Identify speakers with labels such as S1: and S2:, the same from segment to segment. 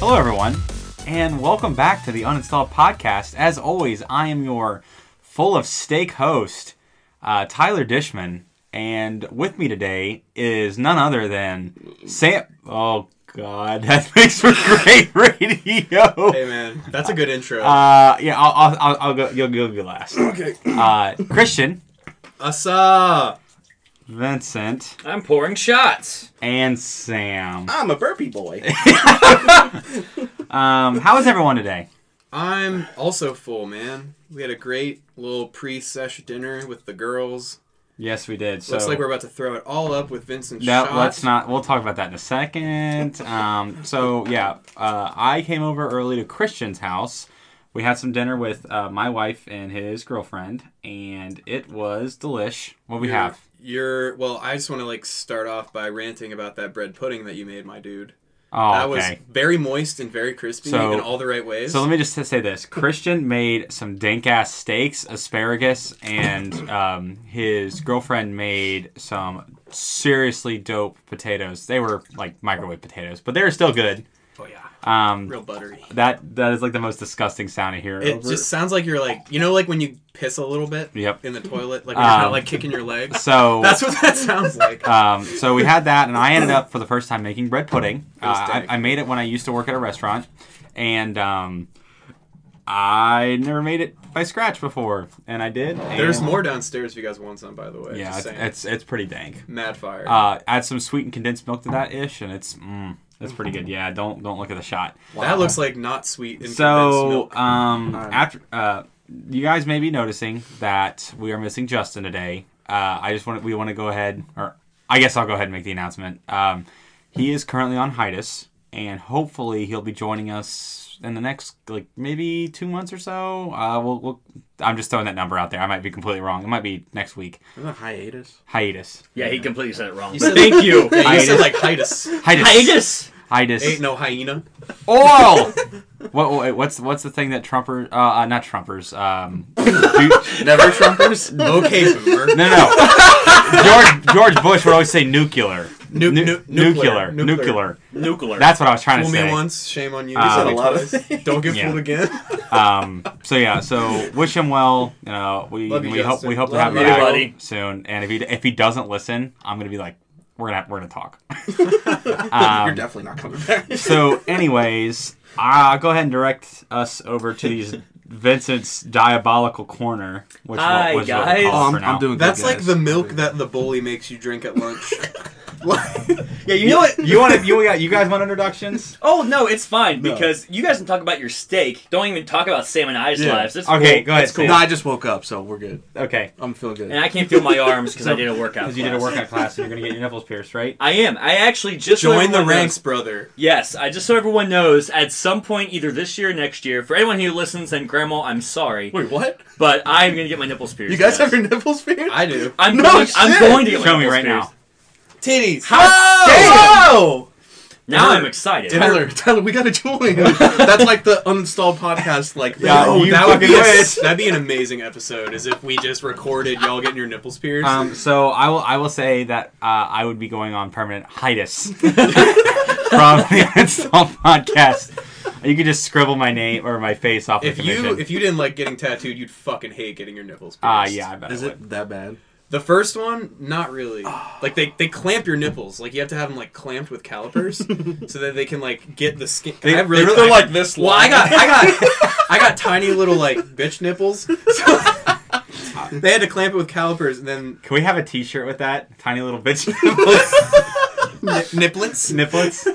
S1: Hello, everyone, and welcome back to the Uninstalled Podcast. As always, I am your full of steak host, uh, Tyler Dishman, and with me today is none other than Sam. Oh, God, that makes for great radio.
S2: Hey man, that's a good intro.
S1: Uh, yeah, I'll, I'll, I'll, I'll go. You'll, you'll go last.
S3: Okay.
S1: Uh, Christian,
S2: Asa,
S1: Vincent,
S4: I'm pouring shots.
S1: and Sam.
S3: I'm a burpee boy.
S1: Um, how is everyone today?
S2: I'm also full, man. We had a great little pre-sesh dinner with the girls.
S1: Yes, we did. So
S2: Looks like we're about to throw it all up with Vincent's
S1: No,
S2: shot.
S1: let's not. We'll talk about that in a second. Um, so yeah, uh, I came over early to Christian's house. We had some dinner with uh, my wife and his girlfriend, and it was delish. What we
S2: You're-
S1: have?
S2: You're well. I just want to like start off by ranting about that bread pudding that you made, my dude. that
S1: Oh,
S2: was
S1: okay.
S2: very moist and very crispy
S1: So-
S2: in all the right ways.
S1: So let me just say this: Christian made some dank ass steaks, asparagus, and um, his girlfriend made some seriously dope potatoes. They were like microwave potatoes, but they were still good.
S2: oh yeah,
S1: Um,
S2: real buttery.
S1: That that is like the most disgusting sound I hear.
S2: It
S1: over.
S2: just sounds like you're like you know like when you piss a little bit
S1: Yep.
S2: in the toilet, like when you're
S1: Um,
S2: not like kicking your legs.
S1: so
S2: That's what that sounds like.
S1: um, so we had that, and I ended up for the first time making bread pudding. Uh,
S2: It was
S1: I,
S2: dank.
S1: I made it when I used to work at a restaurant, and um, I never made it by scratch before, and I did. and-
S2: There's more downstairs if you guys want some, by the way.
S1: Yeah,
S2: just
S1: it's,
S2: saying.
S1: it's it's pretty dank.
S2: mad fire.
S1: Uh, add some sweetened condensed milk to that ish, and it's mm, that's pretty good. Yeah, don't don't look at the shot.
S2: That looks like not sweet. And
S1: So,
S2: so
S1: um,
S3: Alright.
S1: after uh, you guys may be noticing that we are missing Justin today. Uh, I just want we want to go ahead, or I guess I'll go ahead and make the announcement. Um, he is currently on hiatus, and hopefully he'll be joining us in the next like maybe two months or so. Uh, we'll, we'll I'm just throwing that number out there. I might be completely wrong. It might be next week.
S3: hiatus.
S1: Hiatus.
S4: Yeah, he completely said it wrong.
S2: said-
S4: Thank you.
S2: yeah, you
S1: hiatus.
S2: said like hiatus.
S1: Hiatus.
S4: Hiatus.
S1: Hiatus.
S2: Ain't no hyena.
S1: Oral. what, what- what's what's the thing that Trumper? Uh, uh, not Trumpers. Um, do-
S3: Never Trumpers?
S2: Okay, boomer.
S1: No, no, no. George George Bush would always say nuclear.
S2: Nu-
S1: Nu-
S2: nu-
S1: nuclear,
S2: nuclear.
S1: nuclear,
S4: Nuclear.
S1: That's what I was trying
S2: Fool
S1: to
S2: me
S1: say.
S2: once, shame on you.
S1: You said
S3: a lot of
S2: Twice.
S3: things.
S2: Don't get
S1: Yeah.
S2: fooled again.
S1: Um, so yeah, so wish him well. You know, we
S2: Love you,
S1: we hope
S2: Justin.
S1: we hope to
S2: Love
S1: have him
S4: you,
S1: back
S4: buddy.
S1: soon. And if he if he doesn't listen, I'm gonna be like, we're gonna we're gonna talk.
S3: You're definitely not coming back.
S1: So, anyways, I'll go ahead and direct us over to these Vincent's diabolical corner. Which we'll-
S4: Hi,
S1: which we'll
S4: guys.
S1: call it
S4: Oh,
S1: for now.
S2: That's like the milk that the bully makes you drink at lunch.
S4: yeah, you know what?
S1: You want to? You, got- you guys want introductions?
S4: Oh no, it's fine
S3: No.
S4: because you guys can talk about your steak. Don't even talk about Sam and I's
S3: Yeah.
S4: lives. It's
S1: Okay,
S4: cool.
S1: go ahead.
S4: It's cool.
S3: No, I just woke up, so we're good.
S1: Okay,
S3: I'm feeling good.
S4: And I can't feel my arms because I did a workout.
S1: because you did a
S4: class.
S1: workout class, and you're gonna get your nipples pierced, right?
S4: I am. I actually just so
S2: Join the
S4: everyone
S2: ranks,
S4: knows-
S2: brother.
S4: yes, I just so everyone knows, at some point, either this year or next year, for anyone who listens and Grandma, I'm sorry,
S3: Wait, what?
S4: but I'm gonna get my nipples pierced.
S3: You guys
S4: yes.
S3: have your nipples pierced?
S2: I do.
S4: I'm
S3: No
S4: going. I'm
S3: shit!
S4: going to get my
S1: Show me
S4: nipples
S1: right
S4: pierced.
S1: now.
S2: Titties.
S4: How
S3: Whoa!
S4: Now I'm excited.
S3: Tyler, Tyler, we gotta join. That's like the uninstalled podcast. Like, oh,
S1: Yeah,
S3: yo,
S1: you
S2: that would be
S1: fucking
S2: a,
S1: wish.
S2: that'd be an amazing episode. Is if we just recorded y'all getting your nipples pierced.
S1: Um, so I will. I will say that uh, I would be going on permanent hiatus from the Install podcast. You could just scribble my name or my face off
S2: if
S1: the
S2: you
S1: commission.
S2: if you didn't like getting tattooed, you'd fucking hate getting your nipples pierced.
S1: Ah, yeah, I bet.
S3: is
S1: I would.
S3: it that bad?
S2: The first one, not really.
S1: Ah.
S2: Like they, they clamp your nipples. Like you have to have them like clamped with calipers so that they can like get the skin.
S1: They-
S2: I really,
S1: they're
S2: I-
S1: like this
S2: Well, I got I got I got tiny little like bitch nipples. So they had to clamp it with calipers and then
S1: Can we have a T-shirt with that tiny little bitch
S2: ni- niplets.
S1: nipplets?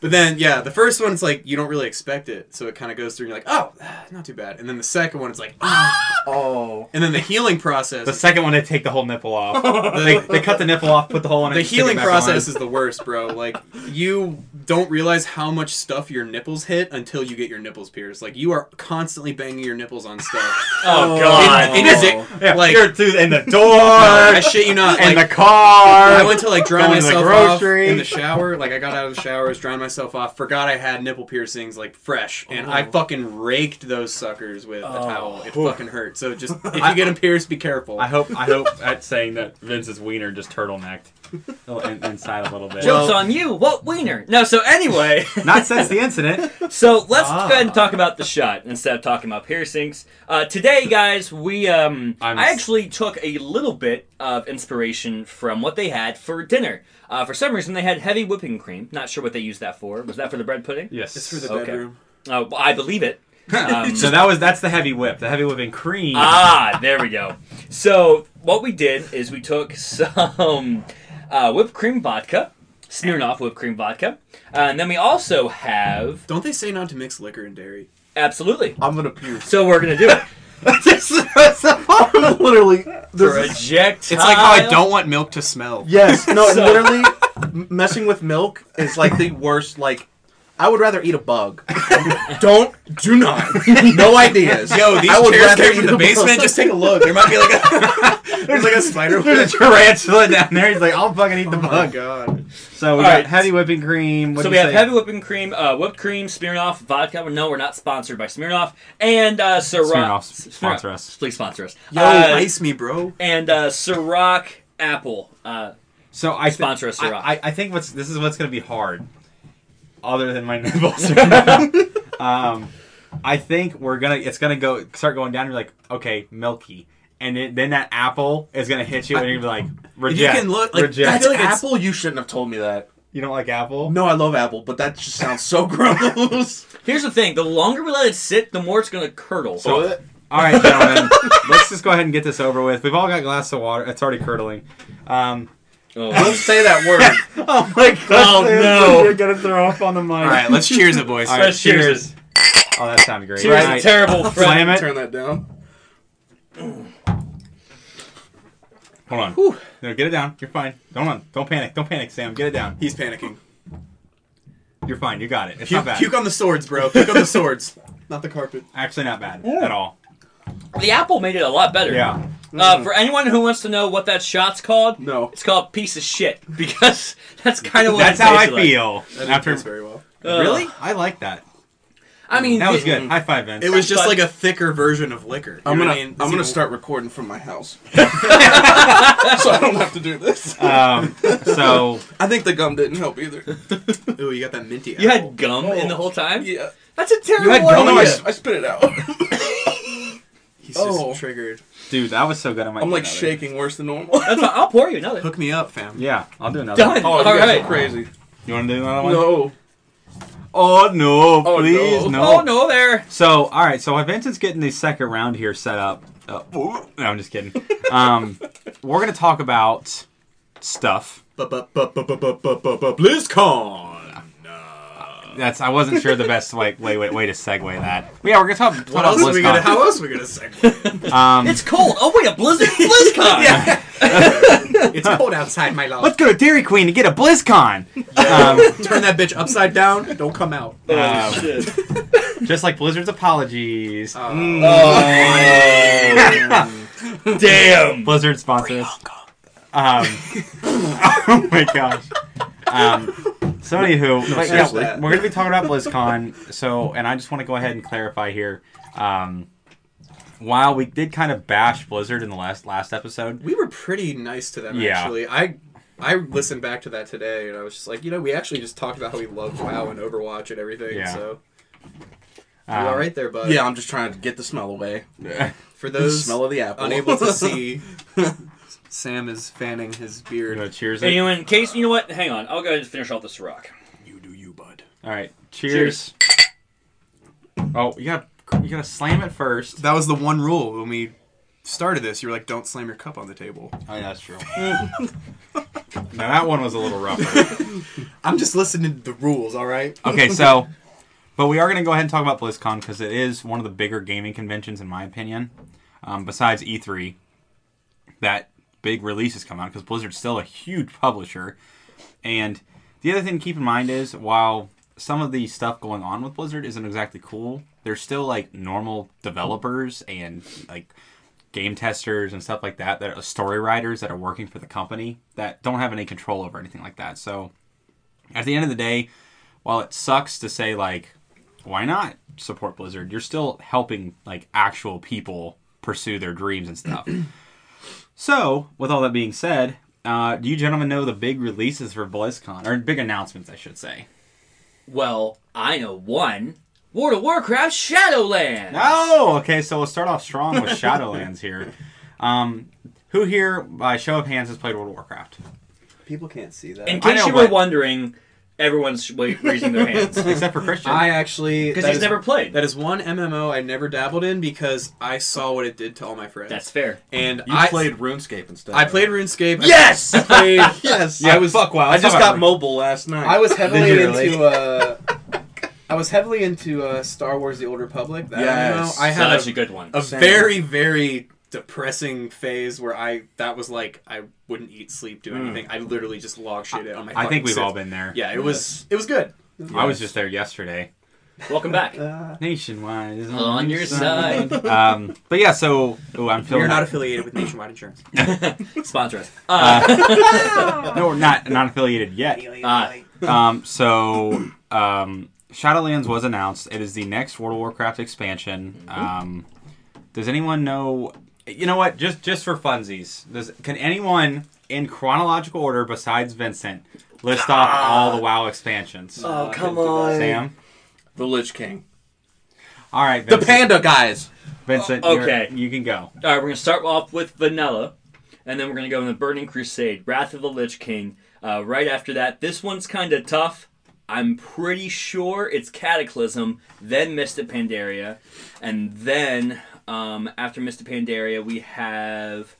S2: But then yeah, the first one's like you don't really expect it, so it kind of goes through and you're like, oh, ah, not too bad. And then the second one, it's like, ah.
S3: Oh.
S2: and then the healing process.
S1: The second one, they take the whole nipple off. they, they cut the nipple off, put the hole in.
S2: the
S1: and stick it
S2: healing
S1: back
S2: process
S1: on.
S2: is the worst, bro. Like you don't realize how much stuff your nipples hit until you get your nipples pierced. Like you are constantly banging your nipples on stuff.
S4: Oh
S3: Oh.
S4: God!
S2: And- and is it-
S1: Yeah,
S2: like-
S1: you're through in the
S2: Oh. I
S1: door
S2: shit you not.
S1: and
S2: Like,
S1: the car.
S2: I went to like dry
S1: going to the
S2: myself off,
S1: grocery.
S2: in the shower. Like I got out of the showers, dried myself off, forgot I had nipple piercings like fresh, and I fucking raked those suckers with a
S4: Oh.
S2: towel. It fucking hurt. So just if you get them pierced, be careful.
S1: I hope I hope that's saying that Vince's wiener just turtlenecked oh, in, inside a little bit.
S4: Jokes on you. What wiener? No. So anyway,
S1: Not since the incident.
S4: so let's
S2: Ah.
S4: go ahead and talk about the shot instead of talking about piercings. Uh, today, guys, we um,
S1: I'm-
S4: I actually took a little bit of inspiration from what they had for dinner. Uh, for some reason, they had heavy whipping cream. Not sure what they used that for. Was that for the bread pudding?
S1: Yes.
S2: It's for the
S4: Okay.
S2: bedroom.
S4: Uh, well, I believe it. Um,
S1: so that was that's the heavy whip, the heavy whipping cream.
S4: ah, there we go. So what we did is we took some uh, whipped cream vodka, Smirnoff whipped cream vodka, uh, and then we also have
S2: Don't they say not to mix liquor and dairy?
S4: absolutely.
S3: I'm gonna pierce.
S4: So we're gonna do it.
S3: this is that's the problem, literally. This is,
S4: Projectile.
S2: It's like how I don't want milk to smell.
S3: yes, no,
S4: So-
S3: literally, m- messing with milk is like the worst. Like, I would rather eat a bug. Don't, do not, no ideas.
S2: Yo, these
S3: I would
S2: chairs
S3: rather
S2: came from
S3: eat
S2: the
S3: a bug.
S2: basement. Just take a look. There might be like a there's like a spider.
S1: There's a tarantula down there. He's like, I'll fucking eat the
S3: Oh my
S1: bug.
S3: god.
S1: So we
S4: All
S1: got
S4: right.
S1: heavy whipping cream. What
S4: So
S1: do
S4: we
S1: you
S4: have
S1: say?
S4: heavy whipping cream, uh, whipped cream, Smirnoff vodka. No, we're not sponsored by Smirnoff, and uh, Ciroc.
S1: Smirnoff, sponsor us.
S4: please sponsor us.
S2: Yo,
S4: Uh,
S2: ice me, bro.
S4: and uh, Ciroc apple. Uh,
S1: So I thi-
S4: Sponsor us,
S1: I,
S4: Ciroc.
S1: I, I think what's this is what's gonna be hard, other than my nipples. um, I think we're gonna it's gonna go start going down. You're like, okay, milky, and it, then that apple is gonna hit you, and you're gonna be like,
S2: If
S1: reject.
S2: you can look, like
S1: reject.
S2: I
S3: That's
S2: feel like it's
S3: apple. You shouldn't have told me that.
S1: You don't like apple?
S3: No, I love apple, but that just sounds so gross.
S4: here's the thing: the longer we let it sit, the more it's gonna curdle. Oh.
S1: So- All right, gentlemen, let's just go ahead and get this over with. We've all got glass of water. It's already curdling. Um,
S3: Don't
S4: Oh.
S3: say that word.
S1: oh my god!
S4: Oh, no.
S1: You're gonna throw up on the mic.
S2: All right, let's cheers it, boys.
S1: All right,
S4: Let's cheers
S1: cheers. Oh, that sounded great.
S4: Cheers,
S1: All right,
S4: terrible friend.
S1: Slam it.
S3: Turn that down.
S1: Hold on. No, get it down. You're fine. Don't on. Don't panic. Don't panic, Sam. Get it down.
S2: He's panicking.
S1: You're fine. You got it. It's
S2: Puke,
S1: not bad.
S2: puke on the swords, bro. Puke on the swords.
S3: Not the carpet.
S1: Actually, not bad at all.
S4: The apple made it a lot better.
S1: Yeah.
S4: Uh, for anyone who wants to know what that shot's called,
S3: No.
S4: it's called piece of shit because that's kind of what
S1: That's
S4: it
S1: how I
S4: tasted like.
S1: feel
S2: That didn't
S1: after.
S2: taste very well.
S4: Ugh.
S1: Really? I like that.
S4: I mean,
S1: That was
S4: it-
S1: good. High five, Vince.
S2: It was just
S4: But-
S2: like a thicker version of liquor. You
S3: I'm
S2: know
S3: gonna
S2: what I mean?
S3: I'm
S2: It's
S3: gonna
S2: even-
S3: start recording from my house, so I don't have to do this.
S1: Um, so
S3: I think the gum didn't help either.
S2: Ooh, you got that minty.
S4: You
S2: apple.
S4: had gum in the whole time.
S3: Yeah,
S4: That's a terrible
S1: You had gum in yeah.
S3: I,
S4: idea.
S3: s- I spit it out.
S2: He's
S3: Oh.
S2: just triggered.
S1: dude, that was so good. I might
S3: I'm
S1: do
S3: like
S1: another.
S3: shaking worse than normal.
S4: That's fine. I'll pour you another.
S2: Hook me up, fam.
S1: Yeah, I'll do another.
S4: Done.
S1: one.
S3: Oh, you
S4: All
S3: guys
S4: right.
S3: are crazy.
S1: You want to do another one?
S3: No,
S1: Oh no!
S3: Oh,
S1: Please
S3: no.
S1: no.
S4: Oh no, there.
S1: So all right. So while Vince is getting the second round here set up. Uh, no, I'm just kidding. Um, we're gonna talk about stuff.
S2: BlizzCon.
S1: That's I wasn't sure the best way way way, way to segue that. Yeah, we're gonna talk, talk
S2: What
S1: about
S2: else are we gonna?
S1: BlizzCon.
S2: How else are we gonna segue?
S1: Um,
S4: It's cold. Oh wait, a blizzard. BlizzCon.
S2: yeah. it's cold outside, my love.
S1: let's go to Dairy Queen to get a BlizzCon. Um,
S2: Turn that bitch upside down. Don't come out.
S4: Oh,
S1: Um,
S4: shit.
S1: just like Blizzard's apologies.
S2: Uh,
S4: Oh. Damn.
S1: Blizzard sponsors. Um, oh my gosh. Um, so anywho, but yeah,
S2: seriously.
S1: we're, we're gonna be talking about BlizzCon. So, and I just want to go ahead and clarify here. Um, while we did kind of bash Blizzard in the last last episode,
S2: We were pretty nice to them
S1: Yeah.
S2: actually. I I listened back to that today and I was just like, you know, we actually just talked about how we loved WoW and Overwatch and everything.
S1: Yeah.
S2: So you
S1: um,
S2: all right there, bud.
S3: Uh, yeah, I'm just trying to get the smell away.
S2: For
S3: The
S2: those
S3: smell of the apple.
S2: unable to see, Sam is fanning his
S1: You
S2: beard.
S1: know, cheers.
S4: And
S1: it?
S4: you know, in case you know what, hang on. I'll go ahead and finish off this rock.
S2: You do you, bud.
S1: All right, cheers. Oh, you got you gotta slam it first.
S2: That was the one rule when we started this. You were like, don't slam your cup on the table.
S1: Oh, yeah, that's true. now that one was a little rougher.
S2: I'm just listening to the rules, all right?
S1: Okay, so, but we are gonna go ahead and talk about BlizzCon because it is one of the bigger gaming conventions, in my opinion. Um, besides E3, that big releases come out because Blizzard's still a huge publisher. And the other thing to keep in mind is while some of the stuff going on with Blizzard isn't exactly cool, they're still like normal developers and like game testers and stuff like that that are story writers that are working for the company that don't have any control over anything like that. So at the end of the day, while it sucks to say like, why not support Blizzard? You're still helping like actual people pursue their dreams and stuff. so, with all that being said, uh, do you gentlemen know the big releases for BlizzCon or big announcements, I should say?
S4: Well, I know one. World of Warcraft Shadowlands.
S1: Oh, okay. So we'll start off strong with Shadowlands here. Um, who here, by show of hands, has played World of Warcraft?
S2: People can't see that.
S4: In
S1: I
S4: case
S1: know,
S4: you were
S1: but-
S4: wondering, everyone's wa- raising their hands
S1: Except for Christian.
S2: I actually
S4: because
S2: that
S4: he's
S2: is-
S4: never played.
S2: That is one MMO I never dabbled in because I saw what it did to all my friends.
S4: That's fair.
S2: and
S5: You
S2: I
S5: played RuneScape instead.
S2: I played RuneScape. I
S4: Yes!
S2: played-
S3: Yes.
S2: I was
S1: fuck wow.
S3: I just got mobile last night.
S2: I was heavily
S1: Did you really?
S2: into uh, I was heavily into uh, Star Wars: The Old Republic. That
S5: Yes.
S2: MMO. I had
S4: Such
S2: a,
S4: a good one.
S2: a
S3: Same.
S2: very very depressing phase where I that was like I wouldn't eat, sleep, do anything. I literally just log shit on my.
S1: Hmm. I think
S2: fucking
S1: we've
S2: Sith.
S1: all been there.
S2: Yeah, it was it was good.
S1: I was just there yesterday.
S4: Welcome back.
S2: Uh,
S1: Nationwide is
S4: On your side.
S1: um, but yeah, so ooh, I'm feeling.
S2: you're not affiliated with Nationwide Insurance.
S4: Sponsor us. Uh,
S1: no, we're not not affiliated yet.
S4: uh,
S1: Um, so um, Shadowlands was announced. It is the next World of Warcraft expansion. Um, does anyone know? You know what? Just just for funsies, does can anyone in chronological order besides Vincent list off all the WoW expansions?
S5: Oh come
S3: on.
S1: Sam.
S3: the Lich King.
S1: All right,
S3: The
S1: Vincent.
S3: panda guys.
S1: Vincent,
S4: Oh,
S1: you're-
S4: okay.
S1: you can go.
S4: All right, we're gonna start off with Vanilla, and then we're gonna go in the Burning Crusade, Wrath of the Lich King. Uh, right after that, this one's kind of tough. I'm pretty sure it's Cataclysm, then Mr. Pandaria, and then um, after Mr. Pandaria, we have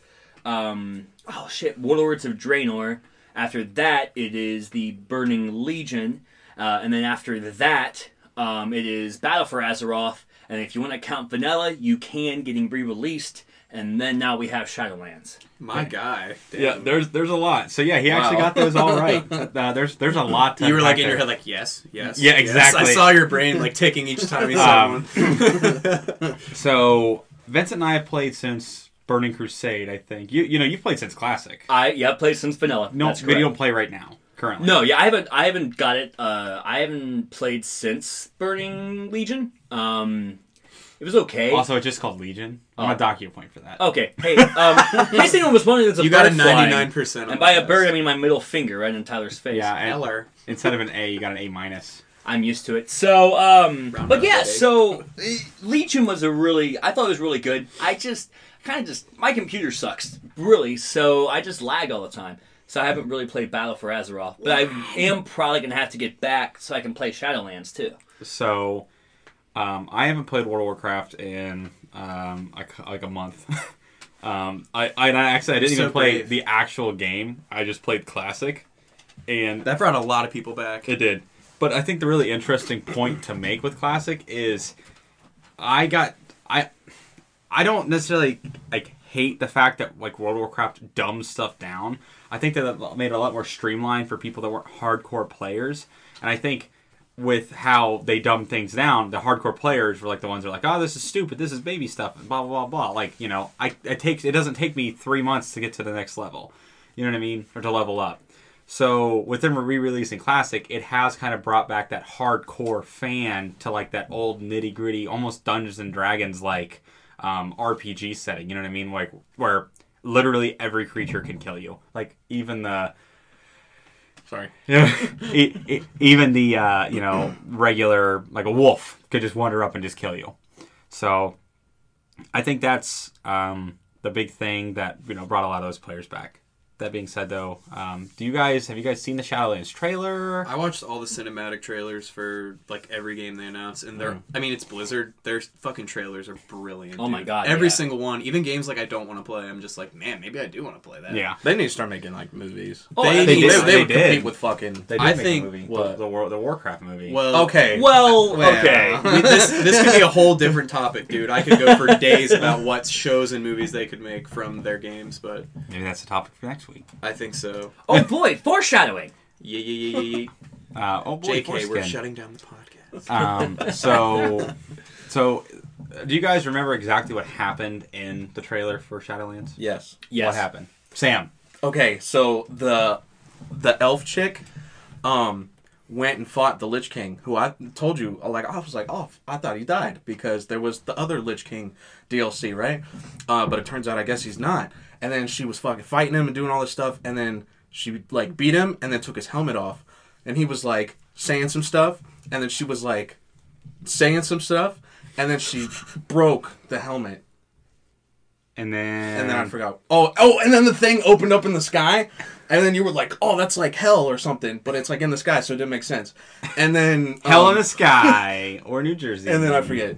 S4: um, oh shit, Warlords of Draenor. After that, it is the Burning Legion, uh, and then after that, um, it is Battle for Azeroth. And if you want to count Vanilla, you can, getting re-released. And then now we have Shadowlands.
S2: My guy.
S1: Yeah, there's there's a lot. So yeah, he actually
S2: Wow.
S1: got those all right. Uh, there's there's a lot. To
S2: You were
S1: unpack
S2: like in your
S1: there.
S2: head, like yes, yes.
S1: Yeah,
S2: yes."
S1: exactly.
S2: I saw your brain like ticking each time you saw
S1: Um,
S2: one.
S1: So Vincent and I have played since Burning Crusade. I think you you know you've played since Classic.
S4: I yeah, I've played since Vanilla.
S1: No,
S4: That's
S1: we
S4: correct.
S1: don't play right now currently.
S4: No, yeah, I haven't. I haven't got it. Uh, I haven't played since Burning Legion. Um, it was okay.
S1: Also, it's just called Legion. I'm
S4: Oh.
S1: gonna dock you a point for that.
S4: Okay. Hey, um, in case anyone was wondering, there's a
S2: you got a
S4: bird flying.
S2: ninety nine percent.
S4: And by a bird, I mean my middle finger right in Tyler's face.
S1: Yeah, and
S2: Eller.
S1: instead of an A, you got an A minus.
S4: I'm used to it. So, um,
S2: Round
S4: but
S2: about
S4: yeah,
S2: that egg.
S4: so uh, Legion was a really, I thought it was really good. I just kind of just, my computer sucks, really, so I just lag all the time. So I haven't really played Battle for Azeroth, but I am probably gonna have to get back so I can play Shadowlands too.
S1: So, um, I haven't played World of Warcraft in um, a c like a month. um, I, I and I actually I didn't
S2: So
S1: even play
S2: brave.
S1: the actual game. I just played Classic, and
S2: That brought a lot of people back.
S1: It did. But I think the really interesting point to make with classic is I got I I don't necessarily like hate the fact that like World of Warcraft dumbs stuff down. I think that it made it a lot more streamlined for people that weren't hardcore players. And I think with how they dumb things down, the hardcore players were like the ones that are like, "Oh, this is stupid. This is baby stuff." And blah blah blah blah. Like you know, I it takes it doesn't take me three months to get to the next level. You know what I mean? Or to level up. So with them re-releasing classic, it has kind of brought back that hardcore fan to like that old nitty gritty, almost Dungeons and Dragons like um, RPG setting. You know what I mean? Like where literally every creature can kill you. Like even the
S5: Sorry.
S1: e- e- even the uh, you know regular like a wolf could just wander up and just kill you. So I think that's um, the big thing that you know brought a lot of those players back. That being said, though, um, do you guys have you guys seen the Shadowlands trailer?
S2: I watched all the cinematic trailers for like every game they announce, and they're. I mean, it's Blizzard. Their fucking trailers are brilliant.
S4: Oh my
S2: dude.
S4: God,
S2: Every
S4: yeah.
S2: single one, even games like I don't want to play, I'm just like, man, maybe I do want to play that.
S1: Yeah,
S3: They need to start making like movies.
S4: Oh,
S2: They
S4: I
S2: need-
S4: mean,
S1: did.
S3: They,
S1: They
S3: would
S1: did.
S3: compete with fucking.
S1: they
S2: I think-
S1: a movie,
S3: what?
S1: the, the, War, the Warcraft movie.
S2: Well,
S3: Okay.
S4: Well,
S2: Well,
S4: okay.
S2: I mean, this this could be a whole different topic, dude. I could go for days about what shows and movies they could make from their games, but
S1: Maybe that's the topic for next week.
S2: I think so.
S4: Oh boy, foreshadowing.
S2: Yeah, yeah, yeah, yeah, yeah.
S1: Uh, oh boy,
S2: JK, we're
S1: foreskin.
S2: shutting down the podcast.
S1: Um, so, so, uh, do you guys remember exactly what happened in the trailer for Shadowlands?
S3: Yes.
S4: Yes.
S1: What happened, Sam?
S3: Okay, so the the elf chick, um, went and fought the Lich King, who I told you, like I was like, oh, I thought he died because there was the other Lich King DLC, right? Uh, but it turns out, I guess he's not. And then she was fucking fighting him and doing all this stuff, and then she like beat him, and then took his helmet off, and he was like saying some stuff, and then she was like saying some stuff, and then she broke the helmet
S1: And then
S3: and then I forgot. Oh, oh, and then the thing opened up in the sky, and then you were like, "Oh, that's like hell or something," but it's like in the sky, so it didn't make sense. And then
S1: Hell
S3: um,
S1: in the Sky or New Jersey.
S3: and then I forget.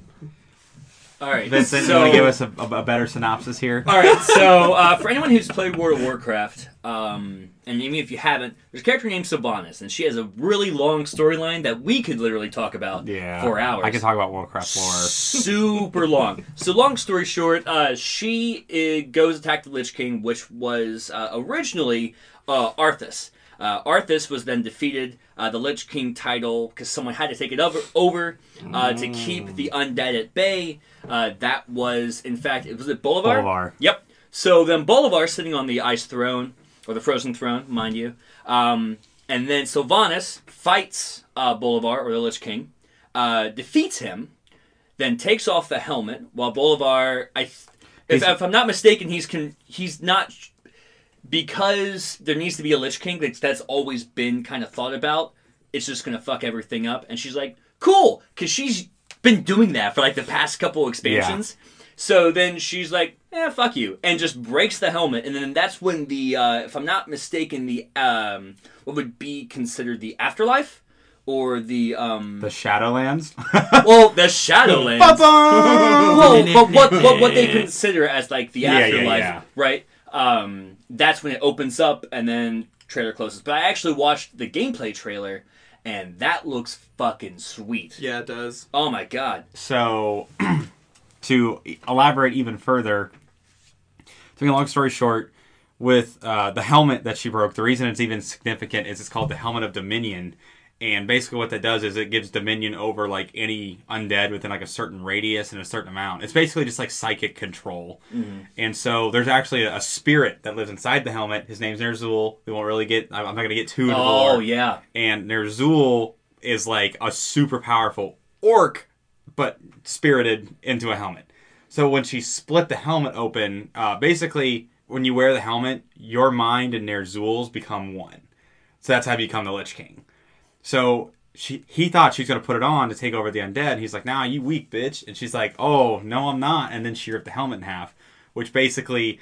S4: All right,
S1: Vincent, you want to give us a, a, a better synopsis here?
S4: All right, so uh, for anyone who's played World of Warcraft, um, and even if you haven't, there's a character named Sylvanas, and she has a really long storyline that we could literally talk about
S1: Yeah.
S4: for hours.
S1: I can talk about Warcraft lore.
S4: super long. So long story short, uh, she uh, goes attack the Lich King, which was uh, originally uh, Arthas. Uh, Arthas was then defeated. Uh, the Lich King title because someone had to take it over, over uh, to keep the undead at bay. Uh, that was, in fact, it was it Bolivar.
S1: Bolivar.
S4: Yep. So then Bolivar sitting on the ice throne or the frozen throne, mind you. Um, and then Sylvanas fights uh, Bolivar or the Lich King, uh, defeats him, then takes off the helmet while Bolivar. I, th- if,
S1: He's-
S4: if I'm not mistaken, he's con- he's not because there needs to be a Lich King. That's that's always been kind of thought about. It's just gonna fuck everything up, and she's like, cool, because she's been doing that for like the past couple expansions. So then she's like, eh, fuck you, and just breaks the helmet, and then that's when the, uh, if I'm not mistaken, the um, what would be considered the afterlife. Or the um,
S1: The Shadowlands.
S4: well, the Shadowlands. Well, but what, what what they consider as like the
S1: Yeah, yeah,
S4: afterlife,
S1: yeah.
S4: right? Um, that's when it opens up and then trailer closes. But I actually watched the gameplay trailer, and that looks fucking sweet.
S2: Yeah, it does.
S4: Oh my god!
S1: so, to elaborate even further, to make a long story short, with uh, the helmet that she broke, the reason it's even significant is it's called the Helmet of Dominion. And basically, what that does is it gives dominion over like any undead within like a certain radius and a certain amount. It's basically just like psychic control.
S4: Mm-hmm.
S1: And so there's actually a, a spirit that lives inside the helmet. His name's Nerzul. We won't really get. I'm I'm not gonna get too into the
S4: Oh
S1: lore.
S4: yeah,
S1: and Nerzul is like a super powerful orc, but spirited into a helmet. So when she split the helmet open, uh, basically when you wear the helmet, your mind and Nerzul's become one. So that's how you become the Lich King. So she, he thought she's gonna put it on to take over the undead. and He's like, "Nah, you weak bitch," and she's like, "Oh no, I'm not." And then she ripped the helmet in half, which basically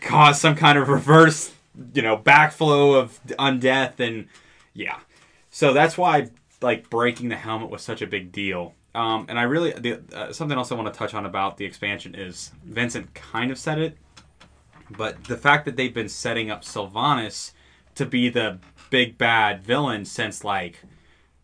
S1: caused some kind of reverse, you know, backflow of undeath and yeah. So that's why like breaking the helmet was such a big deal. Um, and I really the, uh, something else I want to touch on about the expansion is Vincent kind of said it, but the fact that they've been setting up Sylvanas to be the big bad villain since like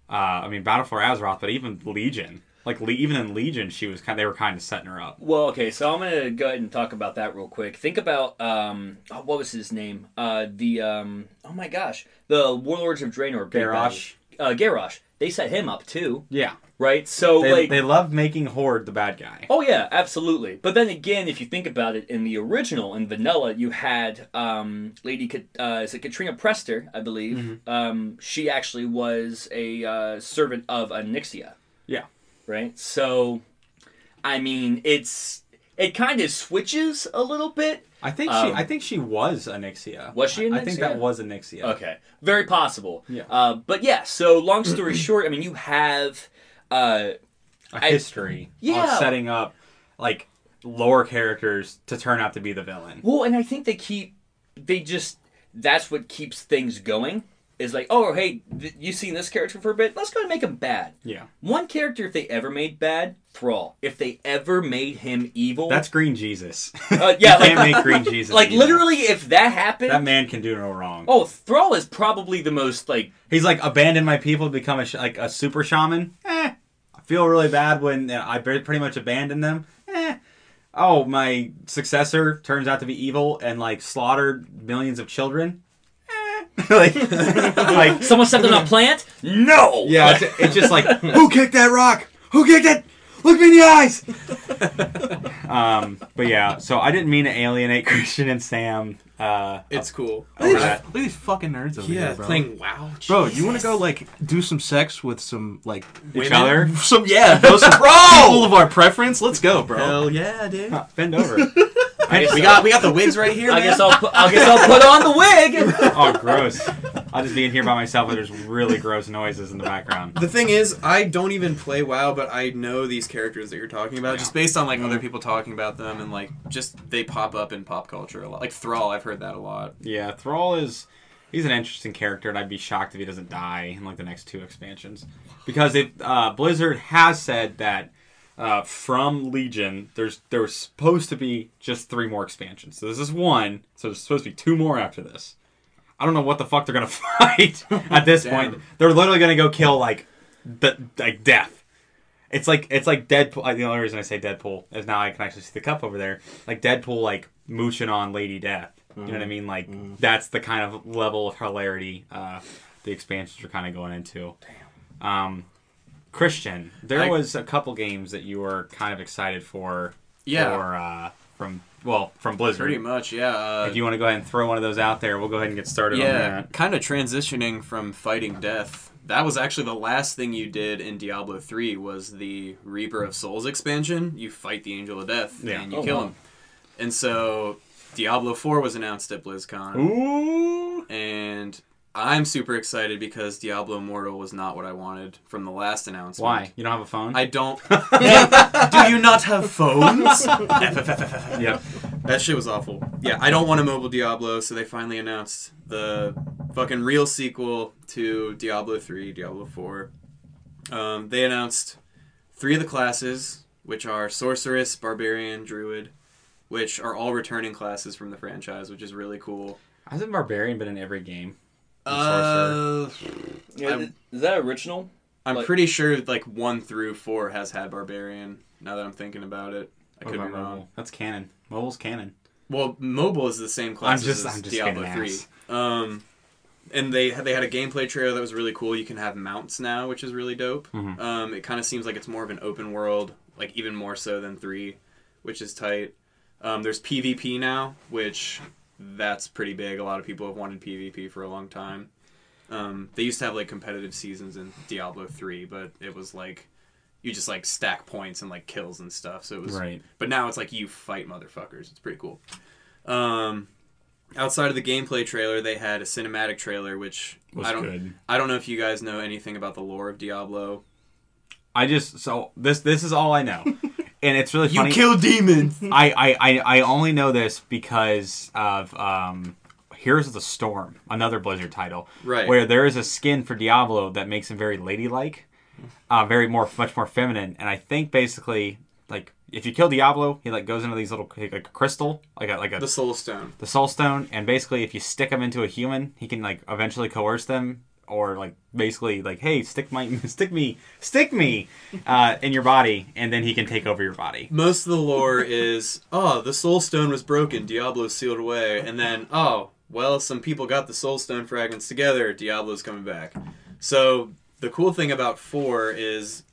S1: uh, I mean Battle for Azeroth, but even Legion. Like Le- even in Legion, she was kind. They were kind of setting her up.
S4: Well, okay, so I'm gonna go ahead and talk about that real quick. Think about um, oh, what was his name? Uh, the um, oh my gosh, the Warlords of Draenor. big
S1: Garrosh.
S4: bad- Uh, Garrosh. They set him up too,
S1: Yeah,
S4: right? So
S1: they,
S4: like
S1: they love making Horde the bad guy.
S4: Oh yeah, absolutely. But then again, if you think about it, in the original in Vanilla, you had um, Lady Kat- uh, is it Katrina Prester, I believe.
S1: Mm-hmm.
S4: Um, she actually was a uh, servant of Anixia.
S1: Yeah.
S4: Right. So, I mean, it's it kind of switches a little bit.
S1: I think
S4: Um,
S1: she. I think she was Anixia.
S4: Was she
S1: I I think
S4: Onyxia?
S1: that was Anixia.
S4: Okay, very possible.
S1: Yeah.
S4: Uh, but yeah. So long story short, I mean, you have. Uh,
S1: a
S4: I-
S1: history
S4: Yeah.
S1: of setting up like lower characters to turn out to be the villain.
S4: Well, and I think they keep they just that's what keeps things going is like, oh hey, th- you seen this character for a bit? Let's go and make him bad.
S1: Yeah,
S4: One character, if they ever made bad, Thrall. If they ever made him evil,
S1: that's Green Jesus.
S4: Uh, yeah,
S1: you can't
S4: like-
S1: make Green Jesus.
S4: like
S1: evil.
S4: literally if that happened.
S1: That man can do no wrong.
S4: Oh, Thrall is probably the most like
S1: He's like abandon my people, to become a sh- like a super shaman. Eh, I feel really bad when uh, I pre- pretty much abandoned them. Eh. Oh, my successor turns out to be evil and like slaughtered millions of children. Eh. like, like
S4: someone stepped on a plant. No.
S1: Yeah, it's, it's just like who kicked that rock? Who kicked it? Look me in the eyes. um, but yeah, so I didn't mean to alienate Christian and Sam Uh,
S2: It's cool.
S1: I'll
S3: Look
S1: do
S3: at
S1: that.
S3: these- look at these fucking nerds over
S2: Yeah,
S3: here, bro.
S2: playing WoW.
S3: Bro, you want to go like do some sex with some like
S1: each
S2: women?
S1: other.
S3: some yeah, bro, some people of our preference? Let's go, bro.
S2: Hell yeah, dude.
S1: Bend over.
S4: I guess,
S2: We got we got the wigs right here.
S4: I
S2: man.
S4: guess I'll. Put, I guess I'll put on the wig.
S1: oh, gross. I'll just be in here by myself where there's really gross noises in the background.
S2: The thing is, I don't even play WoW, but I know these characters that you're talking about just based on like other people talking about them and like just they pop up in pop culture a lot. Like Thrall, I've heard that a lot.
S1: Yeah, Thrall is he's an interesting character, and I'd be shocked if he doesn't die in like the next two expansions, because if uh, Blizzard has said that uh, from Legion, there's there was supposed to be just three more expansions. So this is one, so there's supposed to be two more after this. I don't know what the fuck they're gonna fight at this
S2: Damn.
S1: point. They're literally gonna go kill like the like death. It's like it's like Deadpool. Like, the only reason I say Deadpool is now I can actually see the cup over there. Like Deadpool, like mooching on Lady Death. You know what I mean? Like that's the kind of level of hilarity uh, the expansions are kind of going into. Damn. Um, Christian, there
S2: I-
S1: was a couple games that you were kind of excited for.
S2: Yeah.
S1: For, uh, from well, from
S2: Pretty
S1: Blizzard.
S2: much, yeah. Uh,
S1: If you want to go ahead and throw one of those out there, we'll go ahead and get started on
S2: yeah,
S1: that.
S2: kind of transitioning from fighting death. That was actually the last thing you did in Diablo 3 was the Reaper of Souls expansion. You fight the Angel of Death
S1: Yeah.
S2: and you
S4: Oh,
S2: kill
S4: wow.
S2: him. And so Diablo 4 was announced at BlizzCon.
S1: Ooh.
S2: and I'm super excited because Diablo Immortal was not what I wanted from the last announcement.
S1: Why? You don't have a phone?
S2: I don't. Do you not have phones?
S1: yep.
S2: That shit was awful. Yeah, I don't want a mobile Diablo, so they finally announced the fucking real sequel to Diablo 3, Diablo 4. Um, they announced three of the classes, which are Sorceress, Barbarian, Druid, which are all returning classes from the franchise, which is really cool.
S1: Hasn't Barbarian been in every game? And Sorcerer.
S2: Uh,
S4: Yeah,
S2: I'm-
S4: is that original?
S2: I'm
S4: Like-
S2: pretty sure like one through four has had barbarian. Now that I'm thinking about it, I
S1: What
S2: could be
S1: about
S2: wrong.
S1: mobile? That's canon. Mobile's canon.
S2: Well, mobile is the same class
S1: just-
S2: as
S1: I'm just
S2: Diablo
S1: kidding,
S2: three.
S1: ass.
S2: Um, and they had- they had a gameplay trailer that was really cool. You can have mounts now, which is really dope.
S1: Mm-hmm.
S2: Um, it kind of seems like it's more of an open world, like even more so than three, which is tight. Um, there's PvP now, which that's pretty big. A lot of people have wanted PvP for a long time. Um, they used to have like competitive seasons in Diablo three, but it was like you just like stack points and like kills and stuff. So it was
S1: Right.
S2: but now it's like you fight motherfuckers. It's pretty cool. Um, outside of the gameplay trailer, they had a cinematic trailer, which
S1: Was
S2: I don't.
S1: good.
S2: I don't know if you guys know anything about the lore of Diablo.
S1: I just so this this is all I know, and it's really funny.
S2: demons.
S1: I, I I I only know this because of um. Heroes of the Storm, another Blizzard title,
S2: Right.
S1: Where there is a skin for Diablo that makes him very ladylike, uh, very more much more feminine, and I think basically like if you kill Diablo, he like goes into these little like a crystal, like a like a
S2: The Soul Stone.
S1: the soul stone and basically if you stick them into a human he can like eventually coerce them or like basically like hey stick my stick me stick me uh, in your body and then he can take over your body
S2: Most of the lore is oh, the Soul Stone was broken. Diablo sealed away, and then oh, well, some people got the Soul Stone fragments together. Diablo's coming back. So the cool thing about four is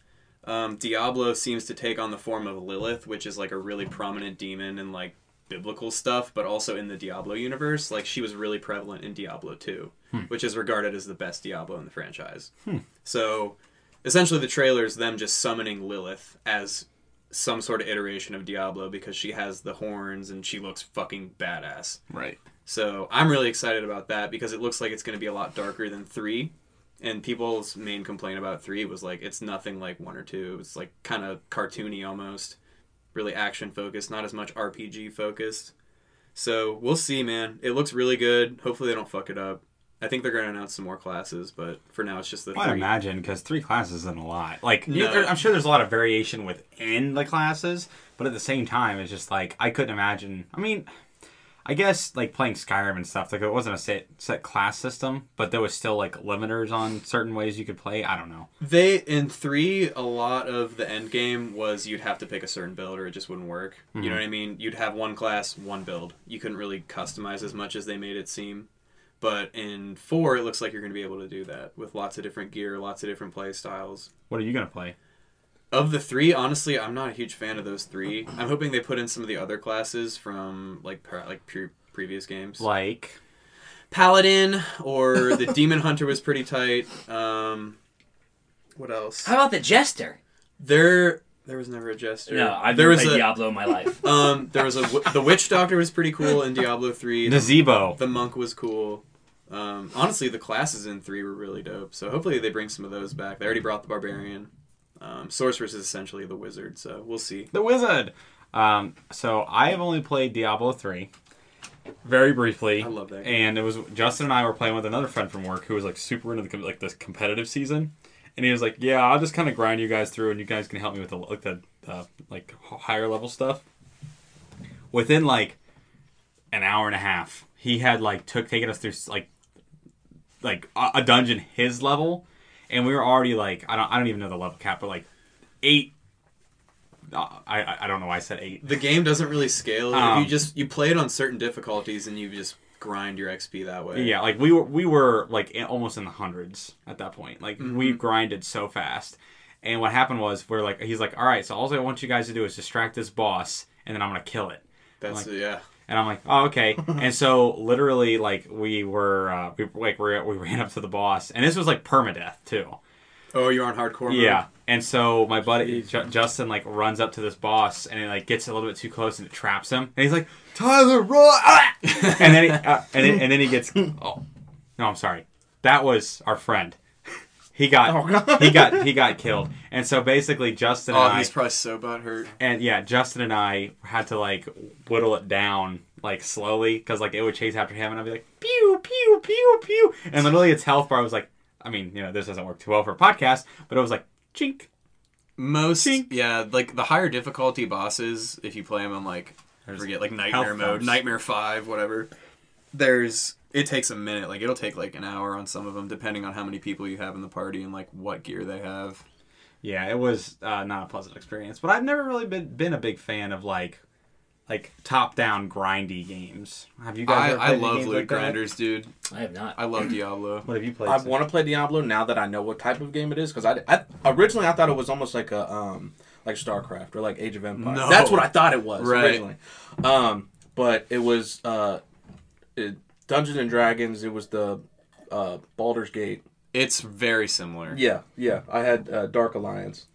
S2: um, Diablo seems to take on the form of Lilith, which is like a really prominent demon in like biblical stuff, but also in the Diablo universe. Like she was really prevalent in Diablo 2, which is regarded as the best Diablo in the franchise. So essentially, the trailer is them just summoning Lilith as some sort of iteration of Diablo because she has the horns and she looks fucking badass.
S3: Right.
S2: So I'm really excited about that because it looks like it's going to be a lot darker than three. And people's main complaint about three was like it's nothing like one or two. It's like kind of cartoony almost, really action focused, not as much RPG focused. So we'll see, man. It looks really good. Hopefully they don't fuck it up. I think they're going to announce some more classes, but for now it's just the
S1: i'd
S2: three.
S1: imagine because three classes isn't a lot like
S2: No.
S1: there- i'm sure there's a lot of variation within the classes but at the same time it's just like i couldn't imagine i mean i guess like playing skyrim and stuff like it wasn't a set, set class system but there was still like limiters on certain ways you could play i don't know
S2: They in three, a lot of the end game was you'd have to pick a certain build or it just wouldn't work. You know what I mean? You'd have one class, one build. You couldn't really customize as much as they made it seem. But in four, it looks like you're going to be able to do that with lots of different gear, lots of different play styles.
S1: what are you gonna play
S2: Of the three, honestly, I'm not a huge fan of those three. I'm hoping they put in some of the other classes from like par- like pure previous games.
S1: Like
S2: Paladin or the Demon Hunter was pretty tight. Um, what else?
S4: How about the Jester?
S2: There, there was never a jester.
S4: No, I've
S2: there
S4: never
S2: was
S4: played
S2: a,
S4: Diablo in my life.
S2: Um, there was a w- the witch doctor was pretty cool in Diablo three. The,
S1: Nazebo.
S2: the monk was cool. Um, honestly, the classes in three were really dope. So hopefully they bring some of those back. They already brought the barbarian. Um, sorceress is essentially the wizard, so we'll see.
S1: The Wizard. Um, so I have only played Diablo three, very briefly.
S2: I love that game.
S1: And it was Justin and I were playing with another friend from work who was like super into the, com- like this competitive season, and he was like, "Yeah, I'll just kind of grind you guys through, and you guys can help me with the like the uh, like h- higher level stuff." Within like an hour and a half, he had like took taken us through like like a a dungeon his level, and we were already like I don't I don't even know the level cap, but like eight. uh, I I, I don't know why I said eight.
S2: The game doesn't really scale.
S1: Um,
S2: if you just you play it on certain difficulties and you just grind your XP that way.
S1: Yeah, like we were we were like in, almost in the hundreds at that point. Like we grinded so fast. And what happened was we're like he's like, "All right, so all I want you guys to do is distract this boss and then I'm going to kill it."
S2: that's
S1: Like-
S2: yeah.
S1: And I'm like, "Oh, okay." and so literally like we were uh, we like we we ran up to the boss and this was like permadeath too.
S2: Oh, you're on hardcore. Mode?
S1: Yeah. And so my buddy Ju- Justin like runs up to this boss and it like gets a little bit too close and it traps him and he's like Tyler run Ah! and then he, uh, and then, and then he gets oh no I'm sorry that was our friend he got he got he got killed and so basically Justin and
S2: Oh,
S1: I
S2: he's probably so butthurt.
S1: and yeah Justin and I had to like whittle it down like slowly because like it would chase after him and I'd be like pew pew pew pew and literally its health bar was like I mean you know this doesn't work too well for a podcast but it was like chink
S2: Most
S1: Tink.
S2: yeah, like the higher difficulty bosses, if you play them on like I forget like nightmare
S1: health
S2: mode,
S1: bumps.
S2: nightmare five, whatever. There's it takes a minute. Like it'll take like an hour on some of them, depending on how many people you have in the party and like what gear they have.
S1: Yeah, it was uh, not a pleasant experience, but I've never really been been a big fan of like like top down grindy games. Have you guys?
S2: I,
S1: ever
S2: I
S1: played any
S2: love
S1: games
S2: loot
S1: like that?
S2: grinders, dude.
S4: I have not.
S2: I love Diablo.
S1: What have you played?
S3: I
S1: Sid?
S3: want to play Diablo now that I know what type of game it is because I, I originally I thought it was almost like a um like StarCraft or like Age of Empires.
S2: No.
S3: That's what I thought it was
S2: Right.
S3: originally. Um, but it was uh, it, Dungeons and Dragons. It was the uh, Baldur's Gate.
S2: It's very similar.
S3: Yeah, yeah. I had uh, Dark Alliance.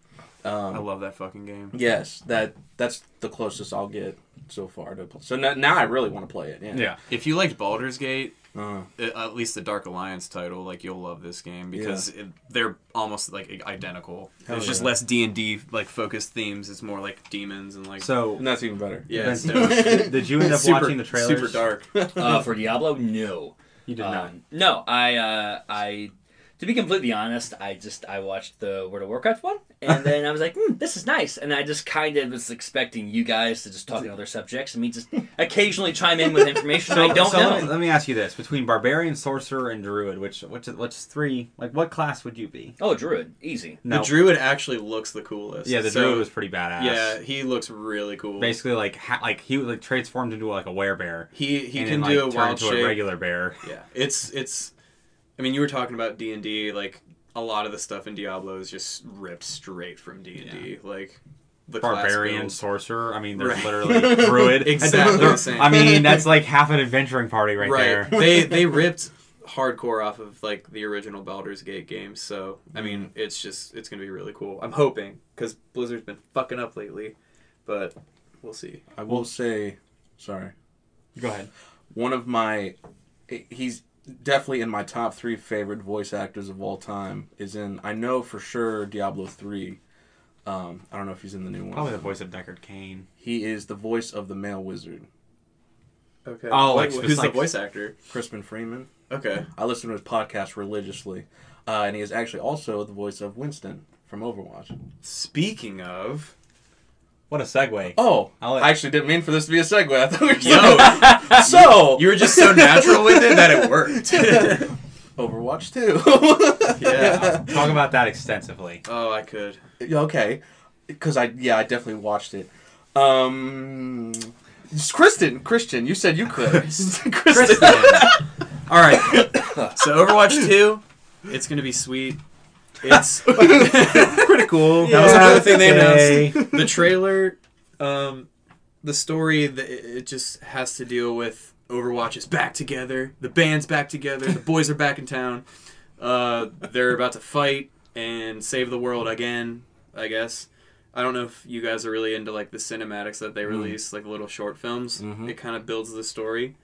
S2: I love that fucking game.
S3: Yes, that that's the closest I'll get so far to. Play. So now, now I really want to play it. Yeah.
S1: Yeah,
S2: If you liked Baldur's Gate,
S3: Uh,
S2: at at least the Dark Alliance title, like you'll love this game because it, they're almost like identical.
S3: Hell
S2: it's just
S3: yeah.
S2: less D and D like focused themes. It's more like demons and like
S1: so
S3: and that's even better.
S2: yeah.
S1: Ben,
S2: it's dope.
S1: did, did you end up
S2: Super-
S1: watching the trailers?
S2: Super dark.
S4: Uh, for Diablo, no.
S1: You did
S4: Um,
S1: not.
S4: No, I, uh, I, to be completely honest, I just I watched the World of Warcraft one, and then I was like, hmm, this is nice, and I just kind of was expecting you guys to just talk on other subjects and me just occasionally chime in with information I don't
S1: so
S4: know.
S1: Let, me, let me ask you this: between barbarian, sorcerer, and druid, which which which three? Like, what class would you be?
S4: Oh, Druid, easy.
S1: No,
S2: The druid actually looks the coolest.
S1: yeah, the
S2: So,
S1: druid was pretty badass.
S2: Yeah, he looks really cool.
S1: basically like ha- like he was like transformed into like a werebear.
S2: he he
S1: and
S2: can
S1: then,
S2: do
S1: like,
S2: a
S1: turn
S2: wild
S1: into
S2: shape.
S1: a regular bear.
S2: yeah, it's it's. I mean, you were talking about D and D. Like a lot of the stuff in Diablo is just ripped straight from D and D. Like the class
S1: barbarian
S2: builds.
S1: sorcerer. I mean, there's
S2: Right.
S1: literally druid.
S2: Exactly the same.
S1: I mean, that's like half an adventuring party right,
S2: right.
S1: there.
S2: they they ripped hardcore off of like the original Baldur's Gate games. So I
S1: Mm.
S2: mean, it's just it's gonna be really cool. I'm hoping because Blizzard's been fucking up lately, but we'll see.
S3: I will say, sorry.
S1: Go ahead.
S3: one of my he's definitely in my top three favorite voice actors of all time is in i know for sure diablo 3 um, i don't know if he's in the new one
S1: Probably the voice of Deckard Kane.
S3: he is the voice of the male wizard
S2: Okay.
S1: Oh, like,
S2: who's
S1: like-
S2: the voice actor?
S3: crispin freeman
S2: Okay.
S3: i listen to his podcast religiously uh, and he is actually also the voice of winston from overwatch
S2: Speaking of,
S1: What a segue.
S3: oh
S1: I'll let-
S3: i actually didn't mean for this to be a segue i thought we were
S2: Yo.
S3: so
S2: you were just so natural with it that it worked.
S3: overwatch too
S2: yeah.
S1: Talk about that extensively.
S2: Oh, I could.
S3: Yeah, okay because i yeah i definitely watched it um kristen christian you said you could kristen,
S2: All right. So Overwatch Two, it's gonna be sweet. It's
S3: pretty cool
S2: That was
S1: Yeah.
S2: another thing they
S1: Yay.
S2: announced. The trailer, um, the story, the, it just has to deal with Overwatch is back together. The band's back together. The boys are back in town. Uh, they're about to fight and save the world again. I guess. I don't know if you guys are really into like the cinematics that
S3: Hmm.
S2: they release, like little short films.
S3: Mm-hmm.
S2: It kind of builds the story.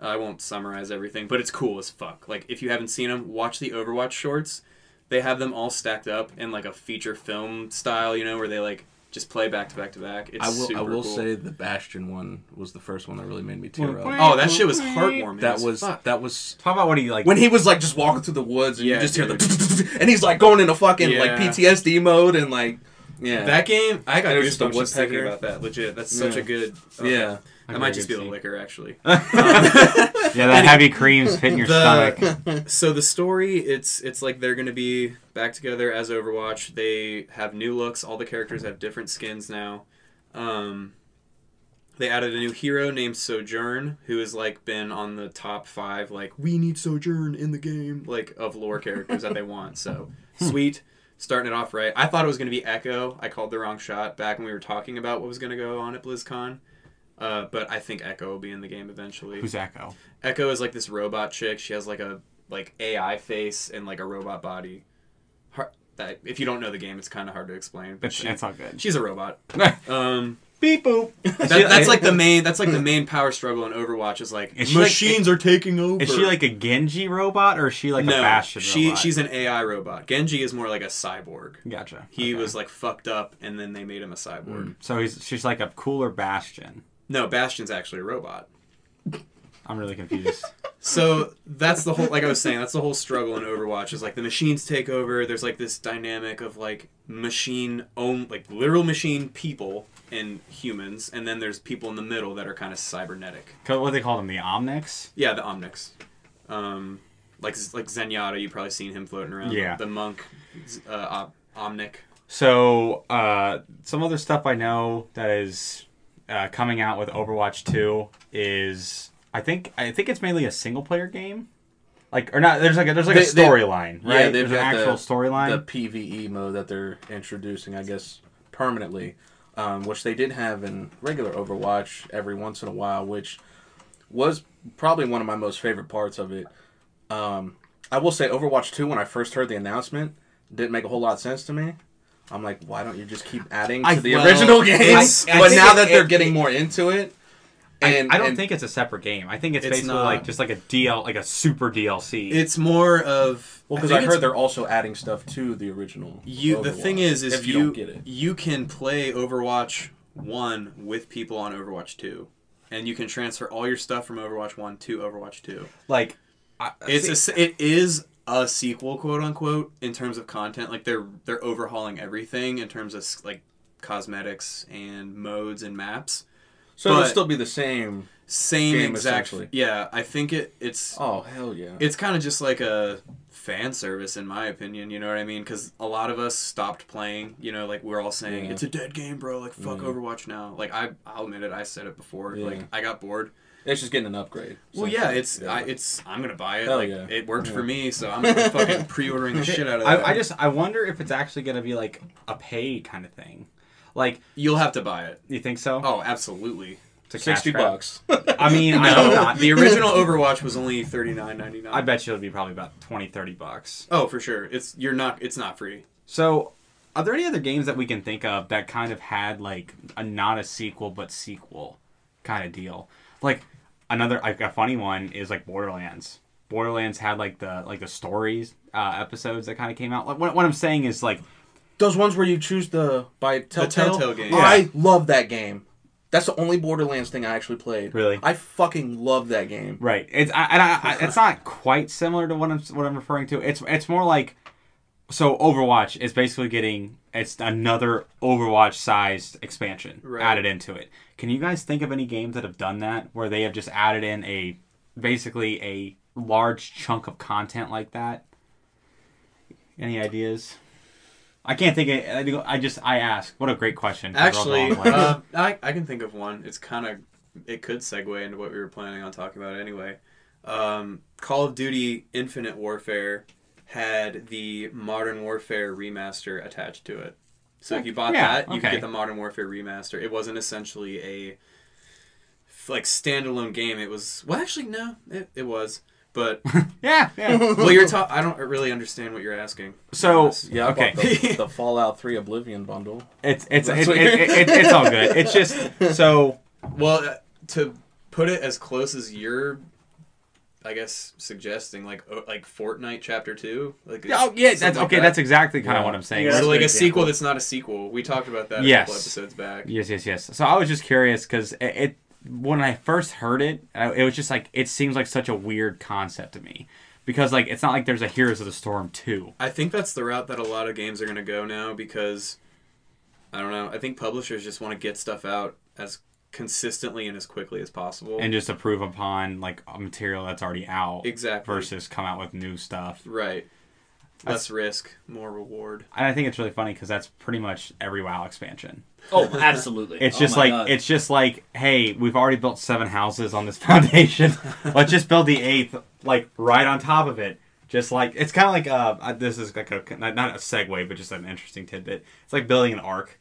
S2: I won't summarize everything, but it's cool as fuck. Like if you haven't seen them, watch the Overwatch shorts. They have them all stacked up in like a feature film style, you know, where they like just play back to back to back. It's
S3: I will.
S2: super
S3: I will
S2: cool.
S3: say the Bastion one was the first one that really made me tear up.
S2: Oh, that shit was heartwarming.
S3: That
S2: as
S3: was
S2: fuck.
S3: that was
S1: Talk about what he like.
S3: when he was like just walking through the woods and
S2: Yeah,
S3: you just hear
S2: dude.
S3: the and he's like going into fucking like
S2: Yeah.
S3: PTSD mode and like yeah
S2: that game. I got
S3: It was just a
S2: goosebumps just thinking
S3: woodpecker.
S2: about that. Legit, that's such
S3: Yeah.
S2: a good.
S3: yeah
S2: that might just be
S1: good
S2: the
S1: scene.
S2: liquor actually.
S1: yeah, that heavy cream's hitting your
S2: The-
S1: stomach.
S3: Uh,
S2: so the story it's it's like they're gonna be back together as overwatch they have new looks all the characters have different skins now um, they added a new hero named sojourn who has like been on the top five like we need sojourn in the game like of lore characters that they want so sweet starting it off right i thought it was gonna be echo i called the wrong shot back when we were talking about what was gonna go on at blizzcon uh, but i think echo will be in the game eventually
S1: Who's Echo?
S2: Echo is like this robot chick. She has like a like AI face and like a robot body. Har that, if you don't know the game, it's kind of hard to explain. But
S1: That's,
S2: she,
S1: that's all good.
S2: she's a robot. Um,
S1: Beep boop.
S2: that, that's like the main. That's like the main power struggle in Overwatch. Is like
S1: Is she, like,
S2: machines are taking over.
S1: Is she like a Genji robot or is she like a
S2: no?
S1: Bastion
S2: She
S1: robot?
S2: she's an AI robot. Genji is more like a cyborg.
S1: gotcha.
S2: He
S1: Okay. Mm.
S2: was like fucked up, and then they made him a cyborg.
S1: so he's she's like a cooler Bastion.
S2: No, Bastion's actually a robot.
S1: I'm really confused.
S2: So that's the whole, like I was saying, that's the whole struggle in Overwatch is like the machines take over. There's like this dynamic of like machine own, like literal machine people and humans, and then there's people in the middle that are kind of cybernetic.
S1: what they call them, the Omnics.
S2: Yeah, the Omnics. Um, like like Zenyatta, you've probably seen him floating around.
S1: Yeah.
S2: The monk, uh, Om- Omnic.
S1: So uh, some other stuff I know that is uh, coming out with Overwatch Two is I think I think it's mainly a single player game, like or not. There's like a, there's like a
S3: They- they-
S1: storyline, right?
S3: they've
S1: there's an
S3: got the-
S1: actual
S3: the
S1: storyline.
S3: PVE mode that they're introducing I guess permanently um, which they did have in regular Overwatch every once in a while which was probably one of my most favorite parts of it um, I will say Overwatch two when I first heard the announcement didn't make a whole lot of sense to me. I'm like, why don't you just keep adding to
S1: I-
S3: the
S1: well,
S3: original games?
S1: I
S3: but
S1: think
S3: now
S1: it-
S3: that they're
S1: it-
S3: getting more into it, and
S1: I, I don't
S3: and-
S1: think it's a separate game. I think it's,
S2: It's
S1: basically
S2: not.
S1: like just like a DL, like a super DLC.
S2: It's more of
S3: Well, because
S2: think
S3: I,
S2: it's
S3: heard they're also adding stuff to the original.
S2: You the
S3: Overwatch,
S2: thing is is
S3: if
S2: you
S3: you, don't get it,
S2: you can play Overwatch 1 with people on Overwatch 2 and you can transfer all your stuff from Overwatch 1 to Overwatch 2.
S1: like
S3: Uh,
S1: I,
S2: It's a,
S1: see-
S2: s- it is a sequel quote unquote in terms of content like they're they're overhauling everything in terms of s- like cosmetics and modes and maps.
S3: so it'll
S2: but-
S3: still be the same.
S2: Same
S3: Game,
S2: exact
S3: essentially.
S2: Yeah, I think it it's
S3: Oh hell yeah!
S2: it's kind of just like a fan service in my opinion you know what i mean because a lot of us stopped playing you know like we're all saying
S3: Yeah.
S2: it's a dead game bro like fuck overwatch now like I, i'll admit it i said it before
S3: Yeah.
S2: like i got bored
S3: It's just getting an upgrade.
S2: well
S3: So-
S2: yeah it's I, it's i'm gonna buy it
S3: Hell
S2: like
S3: yeah.
S2: it worked for me so i'm gonna fucking pre-ordering the shit
S3: uh,
S2: out of that
S1: I, I just I wonder if it's actually gonna be like a pay kind of thing. Like
S2: you'll have to buy it
S1: you think so?
S2: oh absolutely
S1: It's a cash
S3: sixty
S1: grab.
S3: bucks.
S1: I mean, I hope not.
S2: the original overwatch was only 39.99
S1: I bet you it'll be probably about 20, 30 bucks.
S2: oh for sure it's you're not it's not free
S1: So, are there any other games that we can think of that kind of had like a not a sequel but sequel kind of deal? Like another like a funny one is like Borderlands. Borderlands had like the like the stories uh, episodes that kind of came out. Like what, what I'm saying is like
S3: Those ones where you choose the by Telltale. Oh,
S2: Telltale game.
S3: I love that game. That's the only Borderlands thing I actually played.
S1: Really?
S3: I fucking love that game.
S1: Right. It's I, and I, I, it's not quite similar to what I'm what I'm referring to. It's it's more like so Overwatch is basically getting it's another Overwatch sized expansion
S2: Right.
S1: added into it. Can you guys think of any games that have done that where they have just added in a basically a large chunk of content like that? Any ideas? I can't think of I just I ask. What a great question. 'cause we're all
S2: Actually,
S1: going blank.
S2: uh, I, I can think of one. It's kind of it could segue into what we were planning on talking about anyway. Um, Call of Duty Infinite Warfare had the Modern Warfare remaster attached to it. So if you bought
S1: Yeah,
S2: that, you could
S1: okay.
S2: get the Modern Warfare remaster. It wasn't essentially a like standalone game. It was well, actually no, it, it was. But
S1: Yeah, yeah.
S2: well, you're ta- I don't really understand what you're asking.
S1: So
S3: Yeah, I bought
S1: okay,
S3: The, the Fallout 3 Oblivion bundle.
S1: it's it's
S3: That's
S1: it,
S3: what
S1: it,
S3: you're-
S1: it, it, it's all good. It's just so
S2: Well, uh, to put it as close as you're, I guess suggesting like o- like Fortnite Chapter Two. Like it's
S1: oh yeah, that's
S2: something like
S1: okay.
S2: that.
S1: That's exactly kind
S3: Yeah.
S1: of what I'm saying.
S4: Yeah.
S2: so
S4: That's
S2: like
S4: an
S2: a
S4: example.
S2: sequel that's not a sequel. We talked about that a couple
S1: Yes.
S2: episodes back.
S1: Yes, yes, yes. So I was just curious because it, it when I first heard it, I- it was just like it seems like such a weird concept to me because like it's not like there's a Heroes of the Storm two.
S2: I think that's the route that a lot of games are going to go now because I don't know. I think publishers just want to get stuff out as consistently and as quickly as possible.
S1: and just improve upon like a material that's already out
S2: exactly.
S1: versus come out with new stuff.
S2: Right.
S1: That's-
S2: Less risk, more reward.
S1: And I think it's really funny because that's pretty much every WoW expansion.
S4: Oh, absolutely.
S1: It's
S4: Oh
S1: just
S4: my
S1: like
S4: God.
S1: it's just like, hey, we've already built seven houses on this foundation. Let's just build the eighth, like right on top of it. Just like it's kind of like uh, uh, this is like a not not a segue, but just an interesting tidbit. It's like building an arc.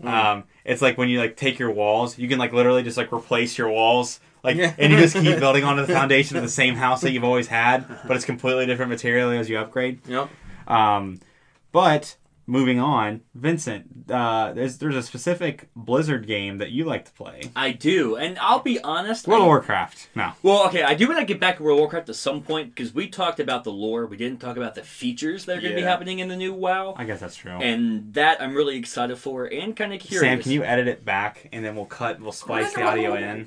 S4: Mm.
S1: Um, it's like when you like take your walls, you can like literally just like replace your walls, like,
S3: Yeah.
S1: and you just keep building onto the foundation of the same house that you've always had, but it's completely different material as you upgrade.
S3: Yep.
S1: Um, but moving on, Vincent, uh, there's there's a specific Blizzard game that you like to play.
S4: I do, and I'll be honest.
S1: World
S4: I-
S1: of Warcraft. No.
S4: Well, okay, I do want to get back to World of Warcraft at some point because we talked about the lore. We didn't talk about the features that are going to be
S2: Yeah.
S4: happening in the new WoW,
S1: I guess that's true.
S4: and that I'm really excited for and kind of curious.
S1: Sam, can you edit it back and then we'll cut, we'll splice the audio in?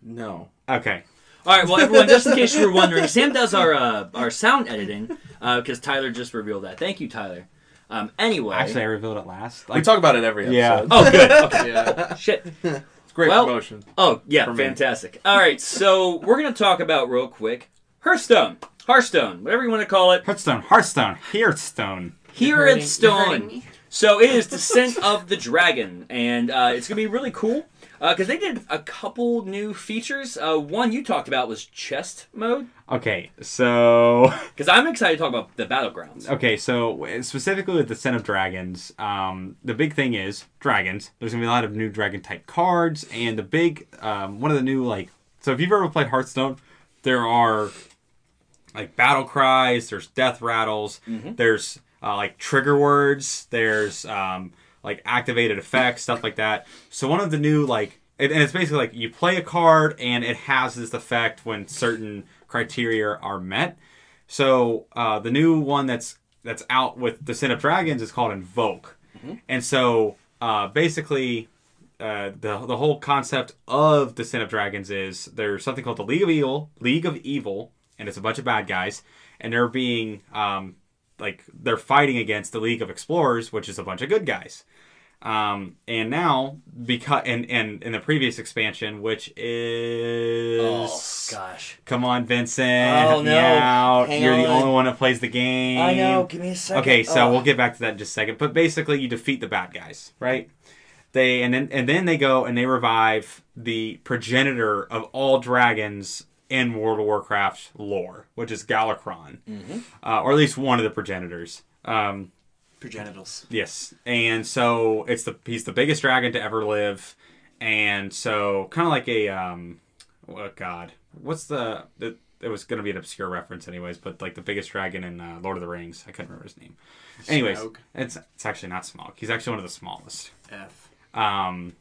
S3: No.
S1: Okay.
S4: All right, well, everyone, just in case you were wondering, Sam does our uh, our sound editing because Tyler just revealed that. Thank you, Tyler. Um, anyway,
S1: Actually, I revealed it last.
S3: we
S1: Like,
S3: talk about it every episode.
S1: Yeah.
S4: oh good, okay,
S2: Yeah.
S4: shit.
S3: It's great
S4: Well-
S3: promotion.
S4: Oh yeah,
S3: For me.
S4: fantastic. All right, so we're gonna talk about real quick Hearthstone, Hearthstone, whatever you want to call it.
S1: Hearthstone, Hearthstone, Hearthstone.
S4: Here at Stone. So it is Descent of the Dragon, and uh, it's gonna be really cool because they did a couple new features. Uh, one you talked about was chest mode,
S1: Okay, so
S4: because I'm excited to talk about the battlegrounds.
S1: okay, so specifically with the Sin of Dragons, um, the big thing is dragons. There's gonna be a lot of new dragon type cards, and the big um, one of the new like. So if you've ever played Hearthstone, there are like battle cries, there's death rattles, there's uh, like trigger words, there's um, like activated effects, stuff like that. So one of the new like, it, and it's basically like you play a card and it has this effect when certain criteria are met. So uh, the new one that's that's out with the Sin of Dragons is called Invoke, and so uh, basically uh, the the whole concept of the Sin of Dragons is there's something called the League of Evil, League of Evil, and it's a bunch of bad guys, and they're being um, like they're fighting against the League of Explorers, which is a bunch of good guys. Um, and now because and and in the previous expansion, which is
S4: Oh gosh.
S1: Come on, Vincent.
S4: Oh,
S1: help
S4: no.
S1: me out.
S4: Hang
S1: You're the
S4: on.
S1: only one that plays the game.
S4: Give me a Oh. second.
S1: Okay, so we'll get back to that in just a second. But basically, you defeat the bad guys, right? They and then and then they go and they revive the progenitor of all dragons in World of Warcraft lore, which is Galakrond, uh, or at least one of the progenitors. Um,
S2: Progenitals.
S1: Yes, and so it's the he's the biggest dragon to ever live, and so kind of like a um, oh God, what's the it, it was gonna be an obscure reference anyways, but like the biggest dragon in uh, Lord of the Rings, I couldn't remember his name. Anyways,
S2: Smaug.
S1: it's it's actually not Smaug. He's actually one of the smallest.
S2: F.
S1: Um,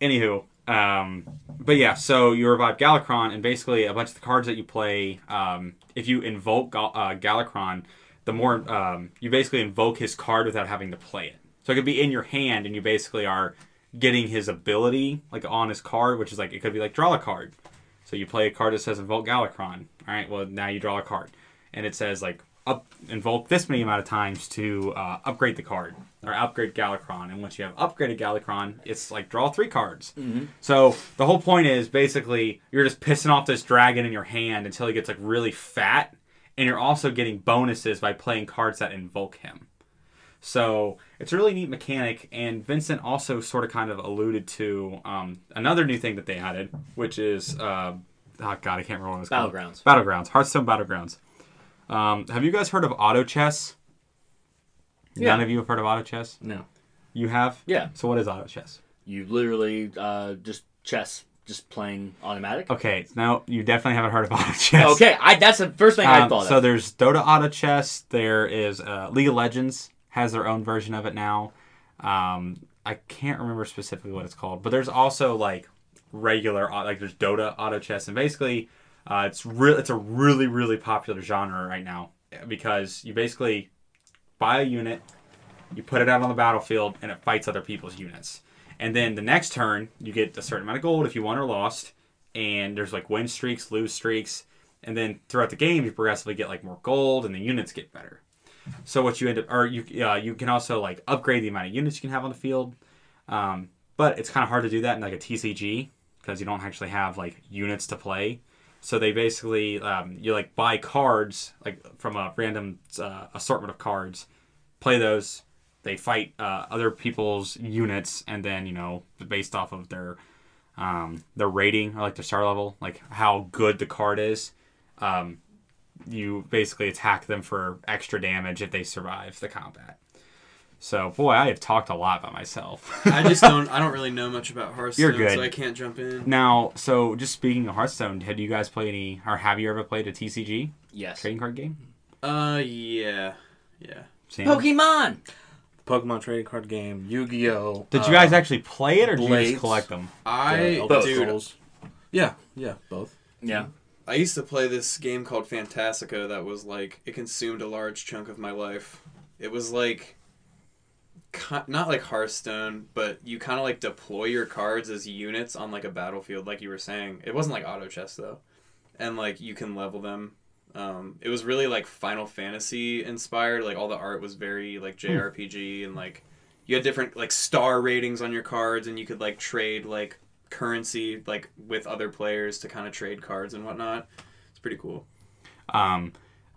S1: anywho, um, but yeah, so you revive Galakrond, and basically a bunch of the cards that you play, um, if you invoke Gal- uh, Galakrond, the more um, you basically invoke his card without having to play it. So it could be in your hand, and you basically are getting his ability like on his card, which is like it could be like draw a card. So you play a card that says invoke Galakrond. All right, well now you draw a card, and it says like up invoke this many amount of times to uh, upgrade the card or upgrade Galakrond. And once you have upgraded Galakrond, it's like draw three cards. So the whole point is basically you're just pissing off this dragon in your hand until he gets like really fat, and you're also getting bonuses by playing cards that invoke him. So it's a really neat mechanic, and Vincent also sort of kind of alluded to um, another new thing that they added, which is uh, oh god, I can't remember what it was called.
S4: Battlegrounds.
S1: Battlegrounds, Hearthstone Battlegrounds. Um, have you guys heard of auto chess?
S4: Yeah.
S1: None of you have heard of auto chess.
S3: No.
S1: You have.
S4: Yeah.
S1: So what is auto chess?
S4: You literally uh, just chess. just playing automatic?
S1: Okay, no, you definitely haven't heard of auto chess.
S4: Okay, I that's the first thing I
S1: Um,
S4: thought
S1: so
S4: of.
S1: there's Dota Auto Chess. There is uh, League of Legends has their own version of it now. Um, I can't remember specifically what it's called, but there's also like regular au- like there's Dota Auto Chess, and basically uh, it's real. It's a really really popular genre right now because you basically buy a unit, you put it out on the battlefield, and it fights other people's units. And then the next turn, you get a certain amount of gold if you won or lost. And there's like win streaks, lose streaks. And then throughout the game, you progressively get like more gold and the units get better. So what you end up, or you, uh, you can also like upgrade the amount of units you can have on the field. Um, but it's kind of hard to do that in like a TCG because you don't actually have like units to play. So they basically, um, you like buy cards like from a random uh, assortment of cards, play those, they fight uh, other people's units and then you know based off of their um, their rating or like their star level like how good the card is um, you basically attack them for extra damage if they survive the combat so boy i have talked a lot by myself
S2: I just don't. I don't really know much about Hearthstone,
S1: good.
S2: so I can't jump in.
S1: now so just speaking of hearthstone had you guys played any or have you ever played a tcg
S4: yes.
S1: trading card game
S2: Uh, yeah, yeah.
S1: Sam?
S4: Pokemon.
S3: Pokemon trading card game, Yu Gi Oh.
S1: did you guys actually play it or did you just
S3: Blades.
S1: collect them
S2: I
S4: Both.
S2: dude,
S3: Yeah, yeah, both.
S4: Yeah.
S2: I used to play this game called Fantastica that was like it consumed a large chunk of my life. It was like ki- not like Hearthstone, but you kind of like deploy your cards as units on like a battlefield, like you were saying. It wasn't like auto chess though, and like you can level them. Um, it was really like Final Fantasy inspired. Like all the art was very like JRPG, and like you had different like star ratings on your cards, and you could like trade like currency like with other players to kind of trade cards and whatnot. It's pretty cool.
S1: um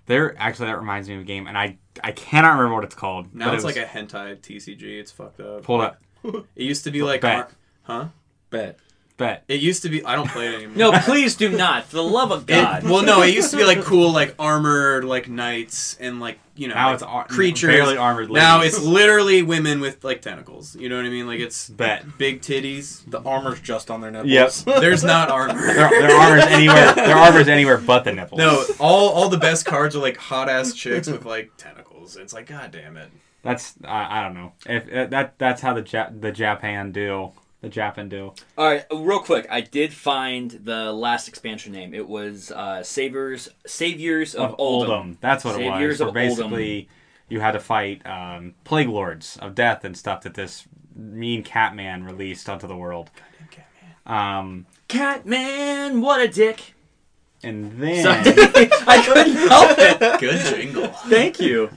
S1: there actually that reminds me of a game and i i cannot remember what it's called
S2: Now
S1: but it
S2: it's
S1: was-
S2: like a hentai TCG. It's fucked up.
S1: pulled up
S2: It used to be like,
S1: Back.
S2: ar- huh?
S3: Bet.
S1: bet
S2: It used to be. I don't play it anymore.
S4: No, please do not. For the love of God.
S2: It, well, no, it used to be like cool, like armored, like knights, and like you know,
S1: Now
S2: like,
S1: it's ar-
S2: creatures.
S1: barely armored
S2: Now
S1: ladies.
S2: it's literally women with like tentacles. You know what I mean? Like it's
S1: Bet.
S2: big titties.
S3: The armor's just on their nipples.
S1: Yes.
S2: There's not armor.
S1: Their, their armor's anywhere. Their armor's anywhere but the nipples.
S2: No, all all the best cards are like hot ass chicks with like tentacles. It's like, god damn it.
S1: that's I, I don't know. If uh, that that's how the ja- the Japan deal, the Japan deal.
S4: All right, real quick. I did find the last expansion name. It was uh, Saviors, Saviors
S1: Oh,
S4: of, Oldham.
S1: That's what it was.
S4: Saviors
S1: So
S4: of Oldham.
S1: basically, you had to fight um, plague lords of death and stuff that this mean cat man released onto the world. Um,
S4: Catman, what a dick!
S1: and
S4: Sorry.
S1: then
S4: I couldn't help it.
S2: Good jingle.
S4: Thank you.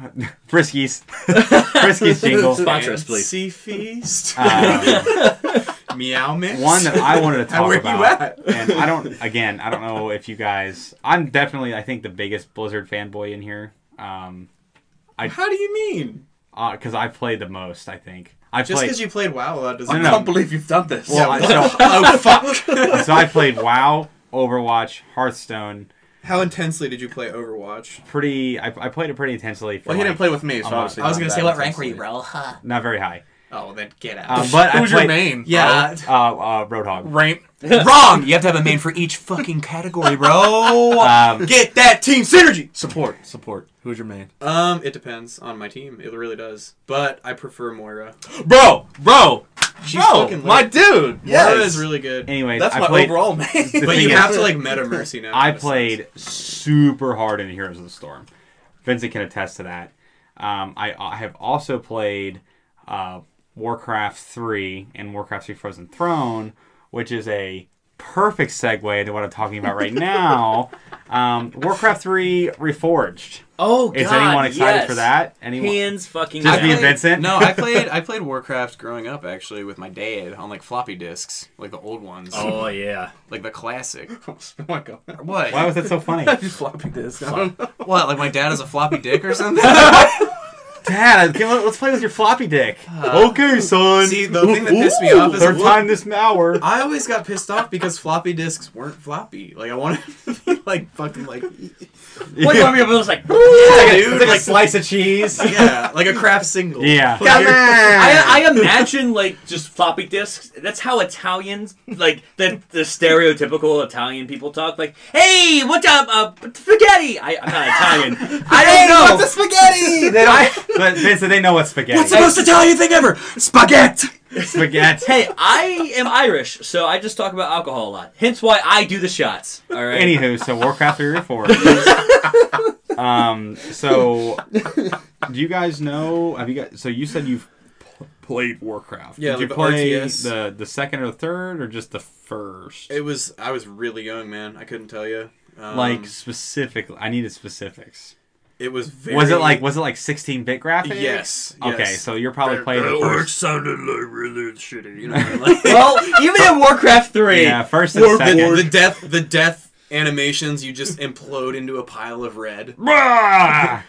S1: Friskies, Friskies jingle.
S4: Sponsor us, please.
S2: Sea feast.
S1: Um,
S2: Meow mix.
S1: one that I wanted to talk
S2: How are you
S1: about,
S2: at?
S1: and I don't. Again, I don't know if you guys. I'm definitely, I think, the biggest Blizzard fanboy in here. Um, uh,
S2: How do you mean?
S1: because I've played the most. I think I
S2: Just
S1: played.
S2: because you played WoW a lot doesn't.
S1: I
S3: I
S1: No.
S3: can't believe you've done this.
S1: well, I,
S2: oh fuck!
S1: so, so I played WoW, Overwatch, Hearthstone.
S2: How intensely did you play Overwatch?
S1: Pretty, I, I played it pretty intensely. For
S3: Well, he
S1: like-
S3: didn't play with me, so
S1: I'm not-
S3: obviously.
S1: I
S3: not that intensely.
S4: bro? Huh?
S1: not very high.
S2: Oh, then get out.
S1: Um, but I
S3: Who's your
S1: played-
S3: main?
S2: yeah.
S1: Uh, uh, Roadhog.
S3: Rank.
S2: Wrong. You have to have a main for each fucking category, bro.
S1: Um,
S2: Get that team synergy.
S3: Support. Support. Who's your main?
S2: Um, it depends on my team. It really does. But I prefer Moira.
S3: Bro, bro,
S2: She's
S1: Oh,
S3: bro,
S2: fucking
S3: my
S2: lit.
S3: dude.
S2: Moira
S3: Yes.
S2: is really good.
S1: anyways,
S3: That's
S1: I
S3: my
S1: played,
S3: overall main.
S1: But
S2: But
S1: thing
S2: you
S1: is-
S2: have to like meta mercy now.
S1: I
S2: in a sense.
S1: played super hard in Heroes of the Storm. Vincent can attest to that. Um, I, I have also played uh, Warcraft 3 and Warcraft 3 Frozen Throne, which is a perfect segue to what I'm talking about right now. Um, Warcraft 3 Reforged.
S4: Oh God!
S1: Is anyone excited
S4: yes.
S1: for that? Anyone?
S4: Hands fucking.
S1: Just
S4: down.
S1: me and Vincent?
S2: No, I played. I played Warcraft growing up actually with my dad on like floppy disks, like the old ones,
S4: Oh yeah.
S2: like the classic.
S3: oh my god.
S2: What?
S1: Why was that so funny?
S3: Just floppy disk. I don't know.
S2: What? Like my dad is a floppy dick or something?
S1: Dad, give- let's play with your floppy dick. okay, son.
S2: See, the thing that pissed me off is-
S1: third time this hour.
S2: I always got pissed off because floppy disks weren't floppy. Like I wanted to be like fucking like
S4: What do you want me to be like?
S2: dude,
S1: It's like a
S2: like-
S1: slice of cheese.
S2: yeah, like a crap single.
S1: Yeah.
S2: Put your-
S4: I, I imagine like just floppy disks. That's how Italians like the the stereotypical Italian people talk. Like, hey, what's up, uh, spaghetti? I, I'm not Italian. I don't know.
S1: What's a spaghetti? They don't, but Vincent, they know what spaghetti.
S3: What's the most Italian thing ever? Spaghetti.
S1: spaghetti?
S4: Hey, I am Irish, so I just talk about alcohol a lot. Hence why I do the shots. All right.
S1: Anywho, so Warcraft three or four. um. So, do you guys know? Have you got? So you said you've p- played Warcraft. Did
S2: Yeah, like
S1: you
S2: the
S1: play
S2: RTS.
S1: the the second or the third or just the first?
S2: It was I was really young, man. I couldn't tell you. Um,
S1: like specifically, I needed specifics.
S2: it was very
S1: Was it like was it like 16 bit graphics?
S2: Yes.
S1: Okay,
S2: yes.
S1: so you're probably playing the first.
S5: sounded like really shitty.
S2: you know, like,
S4: well, even in Warcraft Three,
S1: Yeah, first and second.
S2: the, the death the death animations you just implode into a pile of red.
S1: Rah!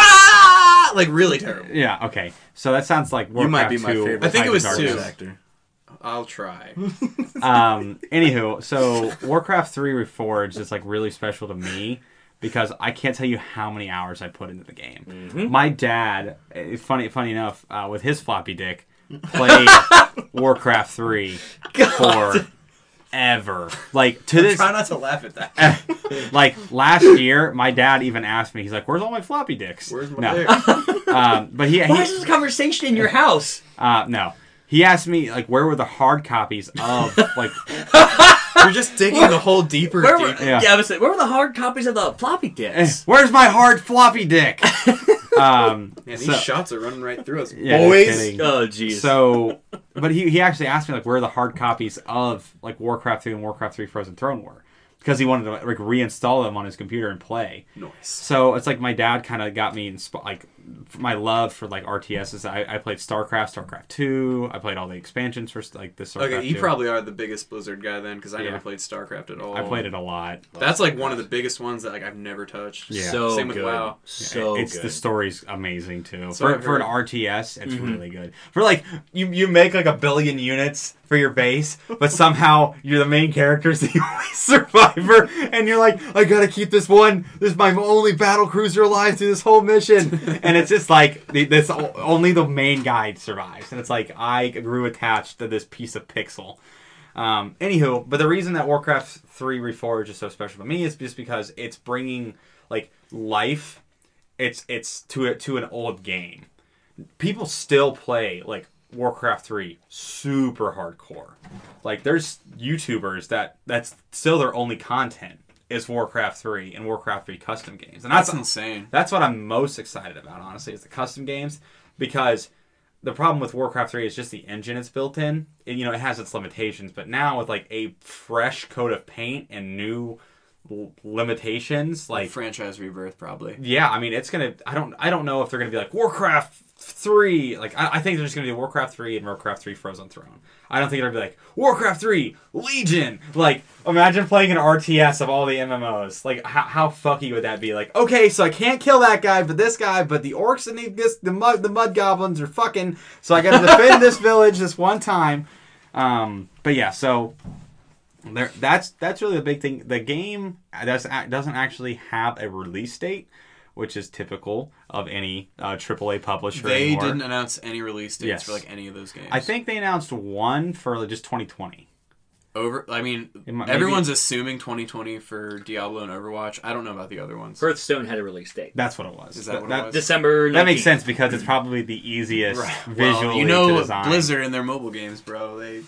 S2: Ah! like really terrible.
S1: yeah. Okay. So that sounds like Warcraft
S3: You might be my
S1: 2
S3: favorite.
S2: I think
S1: Tide
S2: it
S1: of
S2: was
S1: Darkness.
S2: two.
S3: actor.
S2: I'll try.
S1: um anywho so warcraft 3 reforged is like really special to me because i can't tell you how many hours i put into the game my dad eh, funny funny enough uh, with his floppy dick played warcraft 3 for ever like to this
S2: try not to laugh at that.
S1: like last year my dad even asked me he's like where's all my floppy dicks
S2: Where's my
S1: no
S2: dick?
S1: um but he,
S4: why
S1: he
S4: is this conversation in your house?
S1: uh no he asked me like where were the hard copies of like
S2: You're just digging the hole deeper,
S4: Where were,
S2: deeper.
S1: Yeah.
S4: yeah. I was like, where were the hard copies of the floppy
S1: Eh,
S4: disks?
S1: Where's my hard floppy dick? um,
S2: Man, these
S1: so,
S2: shots are running right through us.
S1: yeah, no
S2: boys.
S1: kidding.
S4: oh, jeez.
S1: Eh. So, but he, he actually asked me like where the hard copies of like Warcraft three and Warcraft three Frozen Throne were because he wanted to like reinstall them on his computer and play.
S2: Nice.
S1: So it's like my dad kind of got me in sp- like f- my love for like RTSs. I, I played StarCraft, StarCraft two. I played all the expansions for like this. StarCraft
S2: Okay, you
S1: 2.
S2: probably are the biggest Blizzard guy then, because I
S1: Yeah.
S2: never played StarCraft at all.
S1: I played it a lot.
S2: That's like one of the biggest ones that like I've never touched.
S1: Yeah.
S4: So
S2: Same with
S4: good.
S2: WoW.
S4: So
S1: it's
S4: good.
S1: the story's amazing too.
S2: So
S1: for, for an
S2: I've
S1: RTS, it's
S4: Mm-hmm.
S1: really good. For like you you make like a billion units for your base, but somehow you're the main character, is the only survivor, and you're like, I gotta keep this one. This is my only battle cruiser alive through this whole mission, and it's just like the- this o- only the main guy survives, and it's like I grew attached to this piece of pixel. Um, anywho, but the reason that Warcraft 3 Reforged is so special to me is just because it's bringing like life it's it's to a, to an old game. People still play like Warcraft 3 super hardcore. Like there's YouTubers that that's still their only content is Warcraft 3 and Warcraft 3 custom games. And
S2: That's
S1: that's
S2: insane.
S1: that's what I'm most excited about, honestly, is the custom games because the problem with Warcraft 3 is just the engine it's built in. It, you know, it has its limitations, but now with like a fresh coat of paint and new l- limitations, like
S2: Franchise rebirth, probably.
S1: yeah, I mean, it's gonna. I don't. I don't know if they're gonna be like Warcraft three. Like, I, I think they're just gonna do Warcraft three and Warcraft three Frozen Throne. I don't think they're gonna be like Warcraft three Legion. Like, imagine playing an RTS of all the MMOs. Like, how, how fucky would that be? Like, okay, so I can't kill that guy, but this guy, but the orcs and the this, the mud the mud goblins are fucking. So I gotta defend this village this one time. Um, but yeah, so there, that's that's really the big thing. The game does, doesn't actually have a release date, which is typical of any uh, AAA publisher.
S2: They
S1: anymore.
S2: didn't announce any release dates
S1: Yes.
S2: for like any of those games.
S1: I think they announced one for like, just 2020.
S2: over. I mean,
S1: It might- maybe-
S2: everyone's assuming 2020 for Diablo and Overwatch. I don't know about the other ones.
S4: Hearthstone had a release date,
S1: That's what it was.
S2: Is that what it was?
S4: December. 19th.
S1: that makes sense because it's probably the easiest visually
S2: well, you know
S1: to design.
S2: Blizzard and their mobile games, bro. They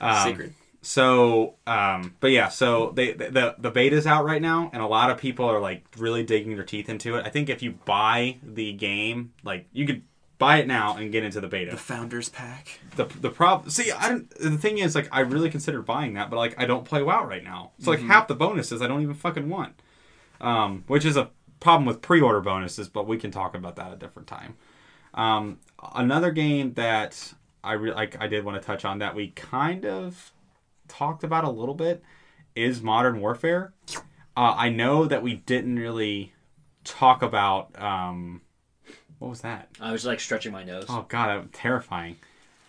S1: Um,
S2: secret.
S1: So, um, but yeah, so they the, the the beta's out right now, and a lot of people are like really digging their teeth into it. I think if you buy the game, like you could buy it now and get into the beta.
S2: The Founders Pack.
S1: the the problem. See, I don't. The thing is, like, I really considered buying that, but like, I don't play WoW right now. So like, half the bonuses I don't even fucking want, um, which is a problem with pre-order bonuses. But we can talk about that a different time. Um, another game that I re- like, I did want to touch on that we kind of talked about a little bit is Modern Warfare. Uh, I know that we didn't really talk about um, What was that?
S4: I was like stretching my nose.
S1: Oh god, that was terrifying.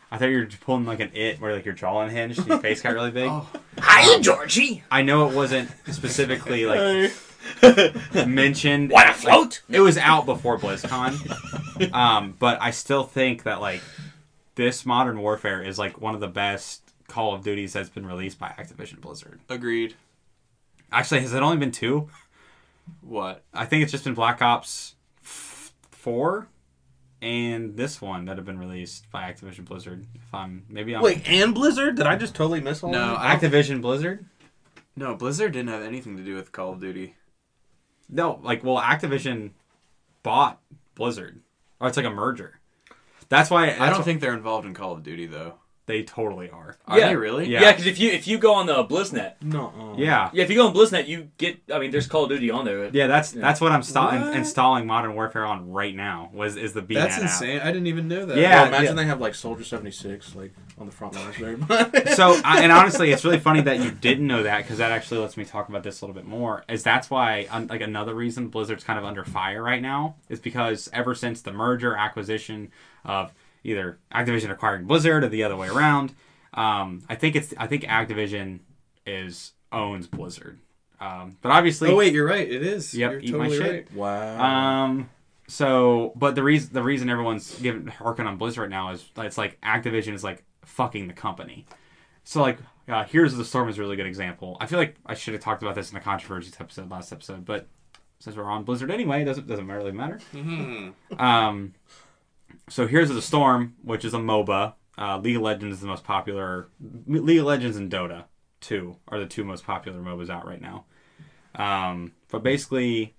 S1: I thought you were pulling like an it where like your jaw unhinged and your face got really big.
S4: Hiya, Georgie.
S1: I know it wasn't specifically like mentioned.
S4: Wanna float?
S1: It was out before BlizzCon, um, but I still think that like this Modern Warfare is like one of the best Call of Duties that's been released by Activision Blizzard.
S2: Agreed.
S1: Actually, has it only been two?
S2: What?
S1: I think it's just been Black Ops f- four and this one that have been released by Activision Blizzard. If I'm maybe I'm
S3: Wait, and Blizzard? Did I just totally miss all
S2: No,
S3: that?
S2: I,
S1: Activision Blizzard.
S2: no. Blizzard didn't have anything to do with Call of Duty.
S1: No, like well, Activision bought Blizzard, or it's like a merger. That's why
S2: I don't think they're involved in Call of Duty though.
S1: they totally are.
S2: Are
S4: Yeah.
S2: they really?
S1: Yeah.
S4: Yeah, because if you if you go on the Blizznet,
S3: No. uh,
S1: Yeah,
S4: yeah, if you go on Blizznet, you get. I mean, there's Call of Duty on there.
S1: yeah. That's
S4: Yeah.
S1: that's what I'm sta- in-
S2: What?
S1: installing Modern Warfare on right now. Was is the BNet
S2: That's
S1: app.
S2: insane. I didn't even know that.
S1: Yeah.
S3: Oh, imagine they have like Soldier 76 like on the front lines there.
S1: So I, and honestly, it's really funny that you didn't know that because that actually lets me talk about this a little bit more. Is that's why un- like another reason Blizzard's kind of under fire right now is because ever since the merger acquisition of either Activision acquiring Blizzard or the other way around, um, I think it's I think Activision is owns Blizzard, um, but obviously
S2: Oh wait, you're right. It is.
S1: Yep,
S2: You're
S1: eat my shit.
S3: wow.
S1: um. So, but the reason the reason everyone's giving harking on Blizzard right now is it's like Activision is like fucking the company. So like, uh, here's the storm is a really good example. I feel like I should have talked about this in the controversies episode last episode, but since we're on Blizzard anyway, it doesn't doesn't really matter. Um, so here's the storm, which is a MOBA. Uh, League of Legends is the most popular. League of Legends and Dota two are the two most popular MOBAs out right now. Um, but basically,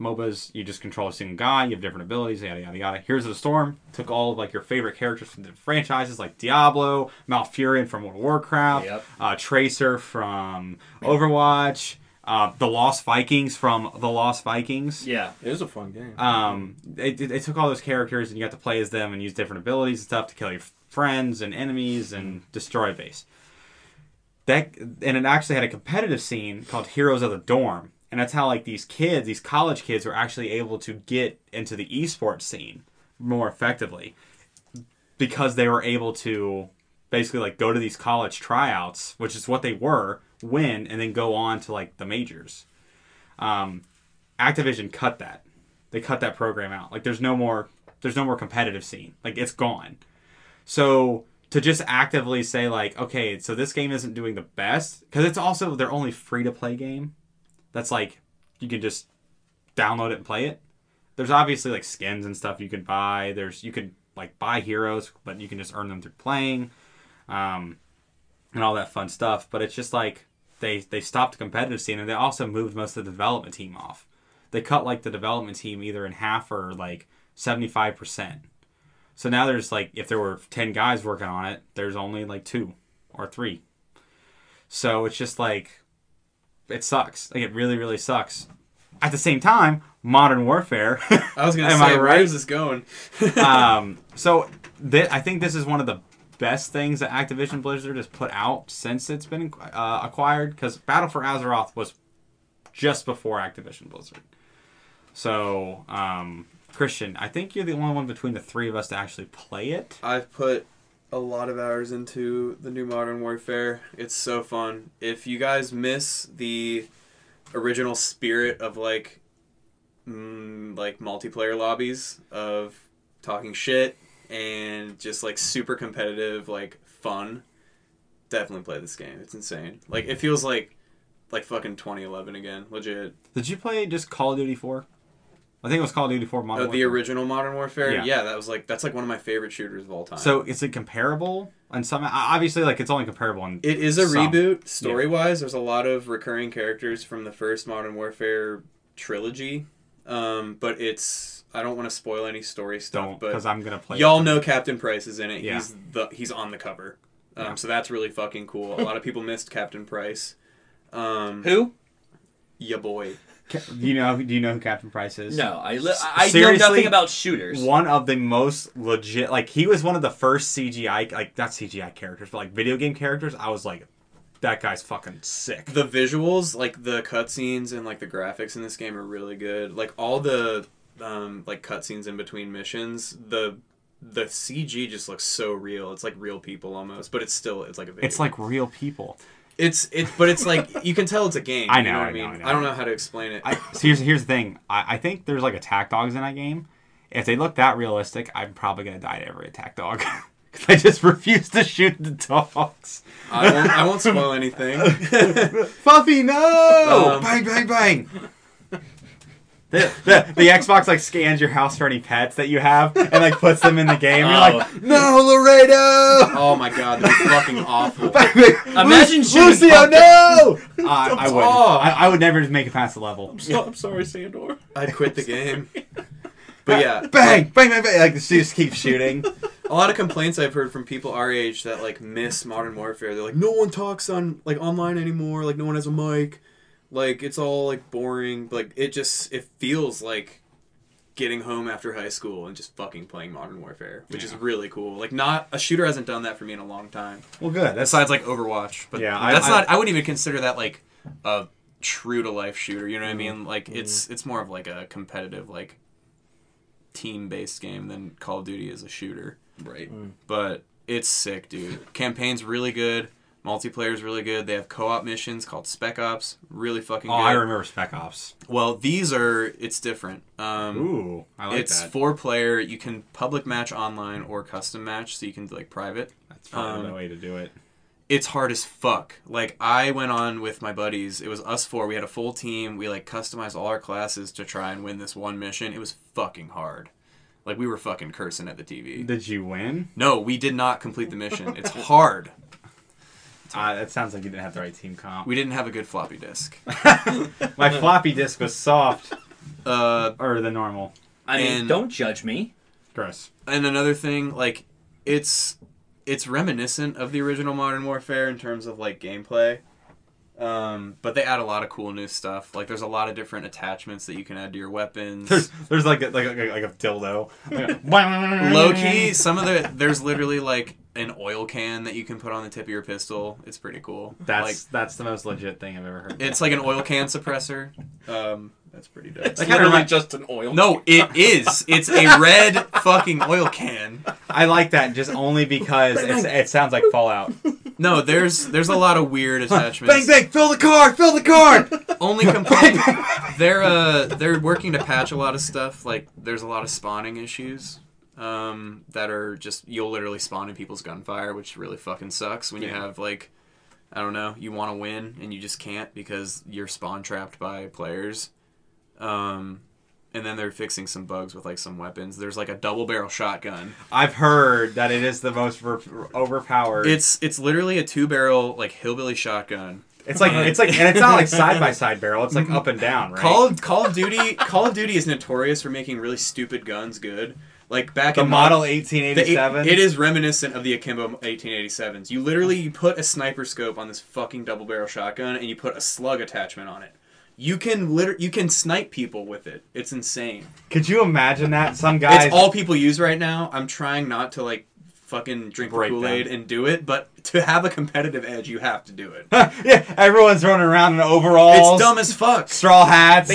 S1: MOBAs, you just control a single guy, you have different abilities, yada yada yada. Here's the Storm took all of like your favorite characters from different franchises, like Diablo, Malfurion from World of Warcraft,
S4: Yep.
S1: uh, Tracer from Overwatch, uh, the Lost Vikings from the Lost Vikings.
S4: Yeah.
S3: It is a fun game.
S1: Um, they, they took all those characters and you got to play as them and use different abilities and stuff to kill your friends and enemies and destroy base. That and it actually had a competitive scene called Heroes of the Dorm, and that's how like these kids, these college kids, were actually able to get into the esports scene more effectively because they were able to basically like go to these college tryouts, which is what they were, win, and then go on to like the majors. Um, Activision cut that. They cut that program out. Like there's no more there's no more competitive scene. Like it's gone. So to just actively say like, okay, so this game isn't doing the best because it's also their only free to play game. That's like you can just download it and play it. There's obviously like skins and stuff you can buy. There's you can like buy heroes, but you can just earn them through playing, um, and all that fun stuff. But it's just like they they stopped the competitive scene and they also moved most of the development team off. They cut like the development team either in half or like seventy five percent. So now there's like if there were ten guys working on it, there's only like two or three. So it's just like it sucks. Like it really, really sucks. At the same time, modern warfare.
S2: I was gonna
S1: Am
S2: say,
S1: I
S2: where
S1: right?
S2: is this going?
S1: um, so th- I think this is one of the best things that Activision Blizzard has put out since it's been uh, acquired because Battle for Azeroth was just before Activision Blizzard. So um, Christian, I think you're the only one between the three of us to actually play it.
S2: I've put a lot of hours into the new Modern Warfare. It's so fun. If you guys miss the original spirit of like mm, like multiplayer lobbies of talking shit and just like super competitive like fun, definitely play this game. It's insane. Like it feels like like fucking 2011 again, legit.
S1: Did you play just Call of Duty 4? I think it was Call of Duty 4 Modern
S2: Oh, the
S1: Warfare.
S2: original Modern Warfare.
S1: Yeah.
S2: Yeah. that was like that's like one of my favorite shooters of all time.
S1: So is it comparable? And some obviously like it's only comparable in
S2: It is a
S1: Some.
S2: reboot story wise. There's a lot of recurring characters from the first Modern Warfare trilogy, um, but it's I don't want to spoil any story
S1: don't
S2: stuff,
S1: because
S2: but
S1: I'm gonna play.
S2: y'all know Captain Price is in it.
S1: Yeah.
S2: He's the he's on the cover, um,
S1: Yeah.
S2: so that's really fucking cool. A lot of people missed Captain Price. Um,
S4: Who?
S2: ya boy.
S1: Ca- Do you know? Do you know who Captain Price is?
S4: No, I li- I I know
S1: Seriously?
S4: nothing about shooters.
S1: One of the most legit, like he was one of the first CGI, like not CGI characters, but like video game characters. I was like, that guy's fucking sick.
S2: The visuals, like the cutscenes and like the graphics in this game, are really good. Like all the um, like cutscenes in between missions, the the CG just looks so real. It's like real people almost, but it's still it's like a video.
S1: It's like real people.
S2: it's it's but it's like you can tell it's a game.
S1: I
S2: you
S1: know,
S2: what
S1: I know, I know.
S2: don't know how to explain it.
S1: I, so here's here's the thing. I, I think there's like attack dogs in that game. If they look that realistic, I'm probably gonna die to every attack dog. 'Cause I just refuse to shoot the dogs.
S2: I won't, I won't spoil anything.
S1: Fuffy, no!
S2: Um,
S1: bang, bang, bang! The, the, the Xbox like scans your house for any pets that you have and like puts them in the game. You're
S4: Oh.
S1: like, no, Laredo!
S2: oh my god, that's fucking awful.
S4: Imagine
S1: Lucio,
S4: shooting Puffy.
S1: no! I, I would.
S2: Oh.
S1: I, I would never just make it past the level.
S3: So, I'm sorry, Sandor.
S2: I'd quit the game. But yeah,
S1: Bang, bang, bang, bang! Like she just keeps shooting.
S2: a lot of complaints I've heard from people our age that like miss modern warfare. They're like, no one talks on like online anymore. Like no one has a mic. Like it's all like boring. Like it just it feels like getting home after high school and just fucking playing modern warfare, which is really cool. Like not a shooter hasn't done that for me in a long time.
S1: Well, good. That's
S2: Besides like Overwatch, but
S1: Yeah,
S2: yeah,
S1: I-
S2: that's
S1: I-
S2: not. I wouldn't even consider that like a true to life shooter. You know what I
S1: Mm-hmm.
S2: mean? Like it's it's more of like a competitive like team based game than Call of Duty is a shooter
S3: Right.
S2: but it's sick, dude. Campaign's really good. Multiplayer's really good. They have co-op missions called Spec Ops. Really fucking
S1: Oh,
S2: good.
S1: I remember Spec Ops.
S2: Well, these are it's different. Um,
S1: Ooh, I like
S2: it's
S1: that.
S2: four player. You can public match online or custom match, so you can like private.
S1: That's probably
S2: um,
S1: the way to do it.
S2: It's hard as fuck. Like I went on with my buddies. It was us four. We had a full team. We like customized all our classes to try and win this one mission. It was fucking hard. Like we were fucking cursing at the TV.
S1: Did you win?
S2: No, we did not complete the mission. It's hard.
S1: Uh, that sounds like you didn't have the right team comp.
S2: We didn't have a good floppy disk.
S1: My floppy disk was soft
S2: Uh,
S1: or the normal.
S4: I mean,
S2: And-
S4: don't judge me.
S1: Gross.
S2: and another thing, like it's it's reminiscent of the original Modern Warfare in terms of like gameplay, um, but they add a lot of cool new stuff. Like there's a lot of different attachments that you can add to your
S1: There's
S2: weapons.
S1: there's like a, like a, like a dildo.
S2: Low key, some of the there's literally like an oil can that you can put on the tip of your pistol. It's pretty cool.
S1: That's
S2: like
S1: that's the most legit thing I've ever heard.
S2: it's like an oil can suppressor. Um, that's pretty dope.
S3: It's
S1: That kinda
S3: literally
S1: remi-
S3: just an oil.
S2: No, it is. It's a red fucking oil can.
S1: I like that just only because it's, it sounds like Fallout.
S2: No, there's there's a lot of weird
S1: bang
S2: attachments.
S1: bang! Fill the car! Fill the car!
S2: Only complaint they're uh they're working to patch a lot of stuff. Like there's a lot of spawning issues um, that are just you'll literally spawn in people's gunfire, which really fucking sucks when you
S1: Yeah.
S2: have like I don't know you want to win and you just can't because you're spawn trapped by players. Um, and then they're fixing some bugs with like some weapons. There's like a double barrel shotgun.
S1: I've heard that it is the most re- overpowered.
S2: It's it's literally a two barrel like hillbilly shotgun.
S1: it's like it's like and it's not like side by side barrel. It's like up and down, right?
S2: Call of, Call of Duty Call of Duty is notorious for making really stupid guns good. Like back
S1: the
S2: in
S1: model
S2: the eight-
S1: 1887.
S2: it is reminiscent of the Akimbo 1887s. You literally you put a sniper scope on this fucking double barrel shotgun and you put a slug attachment on it. You can liter- you can snipe people with it. It's insane.
S1: Could you imagine that? Some guys.
S2: it's all people use right now. I'm trying not to like fucking drink the
S1: Break them.
S2: Kool-Aid and do it, but to have a competitive edge, you have to do it.
S1: yeah, everyone's running around in overalls.
S2: It's dumb as fuck.
S1: straw hats.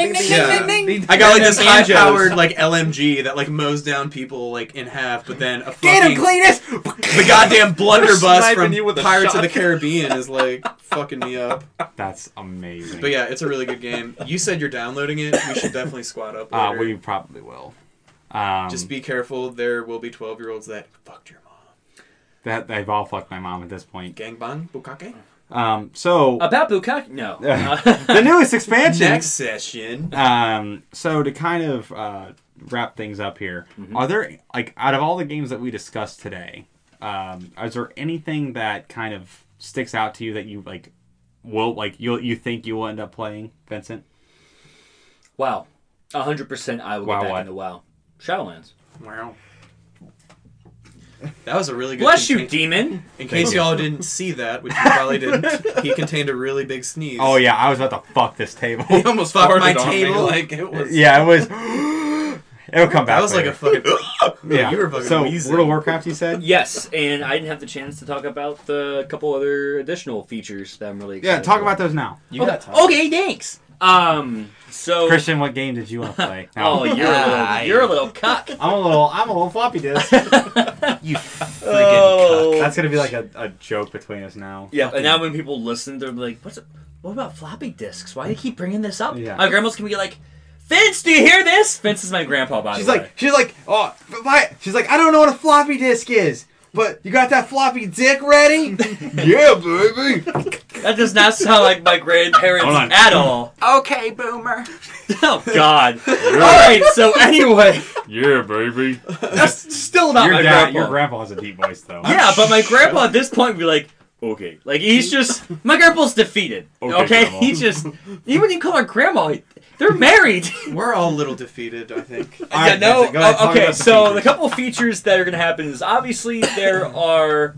S2: I got like this high
S1: banjos.
S2: powered like LMG that like mows down people like in half, but then a fucking the goddamn blunderbuss
S3: Sniping
S2: from
S3: you with a
S2: Pirates of the
S3: shotgun.
S2: Caribbean is like fucking me up.
S1: That's amazing.
S2: But yeah, it's a really good game. You said you're downloading it. We should definitely squat up.
S1: uh,
S2: later.
S1: we probably will. Um,
S2: Just be careful. There will be twelve year olds that fucked your mom.
S1: that they've all fucked my mom at this point.
S2: Gangbang bukake.
S1: Um, so
S4: About Bukaki? No. Uh,
S1: the newest expansion.
S2: Next session.
S1: Um, so to kind of uh, wrap things up here,
S2: Mm-hmm.
S1: are there like out of all the games that we discussed today, um, is there anything that kind of sticks out to you that you like? Will like you will you think you will end up playing, Vincent?
S4: wow. 100% I will
S1: Wow,
S4: get back
S1: what?
S4: into WoW. Shadowlands.
S2: Wow. That was a really good.
S4: Bless you,
S2: contain-
S4: demon.
S2: In case y'all didn't see that, which you probably didn't, he contained a really big sneeze.
S1: Oh yeah, I was about to fuck this table.
S3: He almost
S2: Fuck
S3: farted
S2: my
S3: on me,
S2: table.
S3: Like it was.
S1: yeah, it was. It'll come back.
S2: That was like
S1: later.
S2: a fucking.
S1: Yeah.
S2: You were fucking
S1: so
S2: wheezing.
S1: World of Warcraft, you said?
S4: Yes, and I didn't have the chance to talk about the couple other additional features that I'm really
S1: Yeah,
S4: excited
S1: talk
S4: for.
S1: about those now.
S2: You got time.
S4: Okay, thanks. Um. So.
S1: Christian, what game did you want to play?
S4: Oh, you're a
S6: Ah,
S4: little, you're a little cuck.
S1: I'm a little, I'm a little floppy disk.
S6: You freaking
S4: Oh.
S6: cuck.
S1: That's gonna be like a, a joke between us now.
S4: Yeah. And now when people listen, they're like, "What's? What about floppy disks? Why do you keep bringing this up?"
S1: Yeah.
S4: My grandma's gonna be like, "Vince, do you hear this?" Vince is my grandpa, by
S1: She's
S4: the way.
S1: like, she's like, oh, but why? She's like, I don't know what a floppy disk is, but you got that floppy dick ready? yeah, baby.
S4: That does not sound like my grandparents
S1: Hold on.
S4: at all.
S6: Okay, boomer.
S4: Oh God! All right. So anyway,
S1: Yeah, baby.
S4: that's still not
S1: Your
S4: my
S1: dad,
S4: grandpa.
S1: your grandpa has a deep voice though.
S4: yeah, but my grandpa at this point would be like, okay, like he's just my grandpa's defeated.
S1: Okay,
S4: Okay,
S1: grandma.
S4: he just even when you call her grandma, they're married.
S2: We're all a little defeated, I think.
S1: All right,
S4: yeah, no.
S1: Vincent, go ahead,
S4: uh,
S1: talk
S4: okay,
S1: about the
S4: so
S1: features.
S4: the couple of features that are going to happen is obviously there are,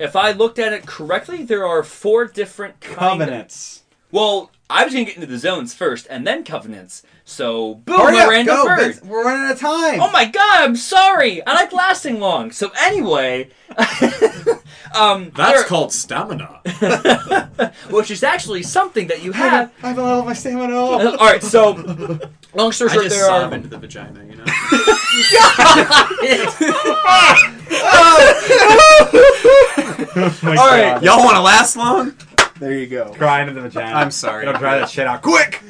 S4: if I looked at it correctly, there are four different kind-
S1: Covenants.
S4: well, I was going to get into the zones first and then covenants. So boom,
S1: Hurry up,
S4: Miranda
S1: Oh, go,
S4: Bird.
S1: Vince, We're running out of time.
S4: Oh my god, I'm sorry. I like lasting long. So anyway, um,
S2: That's
S4: there-
S2: called stamina.
S4: which is actually something that you
S1: I haven't,
S4: have.
S1: I haven't leveled my stamina Oh
S4: Uh,
S1: up.
S4: All right, so long story
S2: I
S4: short,
S2: just
S4: there
S2: sob
S4: are.
S2: into the vagina, you know?
S1: oh my
S4: All right.
S1: God.
S6: Y'all want to last long?
S3: There you go.
S1: Crying in the vagina.
S2: I'm sorry.
S1: Don't dry that shit out quick.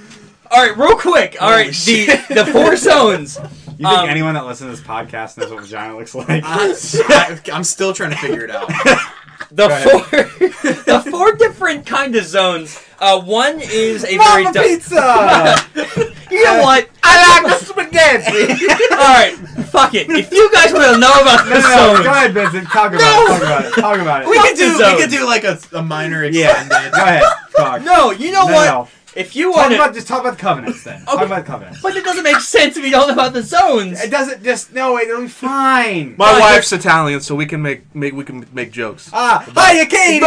S4: All right, real quick. All right, the the four zones.
S1: You think
S4: Um,
S1: anyone that listens to this podcast knows what vagina looks like?
S2: I, I, I'm still trying to figure it out.
S4: The
S1: Go
S4: four the four different kind of zones. Uh, one is a very
S1: Mama
S4: du-
S1: pizza.
S4: You know what?
S1: I like the spaghetti.
S4: All right, fuck it. If you guys want to know about
S1: No, no,
S4: the
S1: no,
S4: zones,
S1: go ahead, Vincent. Talk about it. Talk about it. Talk about it.
S2: We
S4: Fuck
S2: could
S4: the
S2: do
S4: zone.
S2: we could do like a, a minor
S1: Yeah.
S2: extended.
S1: Go ahead. Talk.
S4: no, you know
S1: No,
S4: what?
S1: no.
S4: If you
S1: Talk
S4: want to,
S1: about just talk about the covenants then. Talk
S4: Okay.
S1: about the covenants.
S4: but it doesn't make sense if you don't know about the zones.
S1: It doesn't just no. Wait, it'll be fine.
S3: My
S4: Oh,
S3: wife's Italian, so we can make, make we can make jokes.
S1: Ah, hiya, Katie.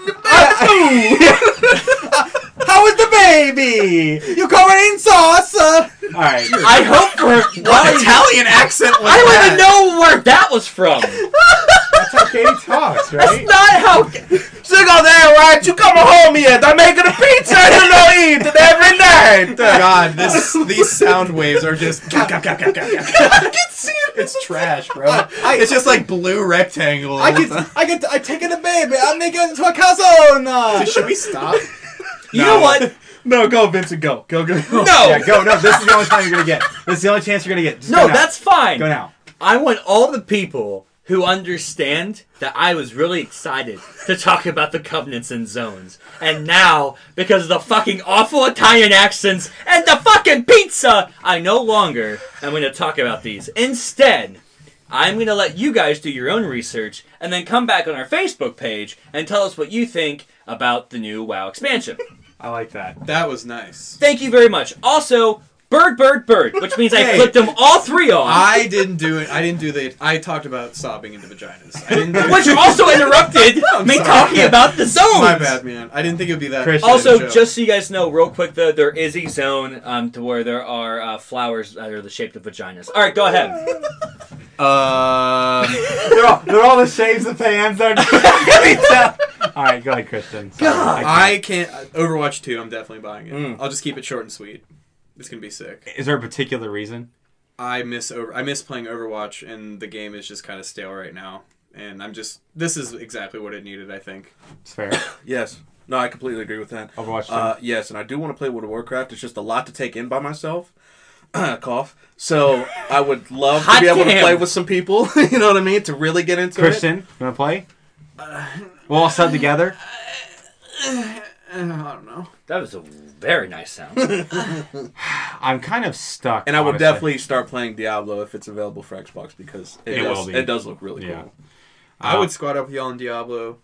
S1: How is the baby? You covered in sauce. uh. All right.
S4: I hope for
S2: What Italian accent was
S4: I don't even
S2: that?
S4: know where that was from.
S1: That's how Katie talks,
S4: That's
S1: right?
S4: not how.
S3: Sick all there, right? You come home yet? I'm making a pizza to eat every night.
S2: God, this these sound waves are just It's trash, bro.
S1: I-
S2: it's just like blue rectangle.
S1: I get, I get, I take in a baby. I make it into a calzone.
S2: Should we stop?
S4: You know what?
S3: No, go, Vincent, go, go, go. go.
S4: No,
S1: Yeah, go. No, this is the only time you're gonna get. This is the only chance you're gonna get. Just
S4: no,
S1: go now.
S4: that's fine.
S1: go now.
S4: I want all the people who understand that I was really excited to talk about the covenants and zones, and now because of the fucking awful Italian accents and the fucking pizza, I no longer am going to talk about these. Instead. I'm going to let you guys do your own research and then come back on our Facebook page and tell us what you think about the new WoW expansion.
S1: I like that.
S2: That was nice.
S4: Thank you very much. Also, bird, bird, bird, which means I
S2: Hey.
S4: flipped them all three on,
S2: I didn't do it. I didn't do the. I talked about sobbing into vaginas. I didn't. Do
S4: which also interrupted me
S2: sorry.
S4: talking about the zones.
S2: My bad, man. I didn't think it would be that.
S1: Christian.
S4: Also,
S2: joke.
S4: just so you guys know, real quick though, there is a zone um, to where there are uh, flowers that are the shape of vaginas. All right, go ahead.
S2: Um,
S1: They're all, they're all the shades of pans. They're all right, go ahead, Christian. Sorry, I can't-
S2: I can't. Overwatch two. I'm definitely buying it. I'll just keep it short and sweet. It's gonna be sick.
S1: Is there a particular reason?
S2: I miss over. I miss playing Overwatch, and the game is just kind of stale right now. And I'm just. This is exactly what it needed. I think.
S1: It's fair.
S3: Yes. No, I completely agree with that.
S1: Overwatch two.
S3: Uh, yes, and I do want to play World of Warcraft. It's just a lot to take in by myself. Cough. So I would love to
S4: Hot
S3: be able to
S4: damn.
S3: play with some people. you know what I mean? To really get into it.
S1: Christian, you want to play? Uh, We'll all sub together.
S2: Uh, I don't know.
S4: That was a very nice sound.
S1: I'm kind of stuck.
S3: And I would
S1: honestly.
S3: definitely start playing Diablo if it's available for Xbox because it,
S1: It
S3: does,
S1: will be.
S3: it does look really
S1: Yeah.
S3: cool.
S2: I
S1: Uh,
S2: would squad up with y'all in Diablo.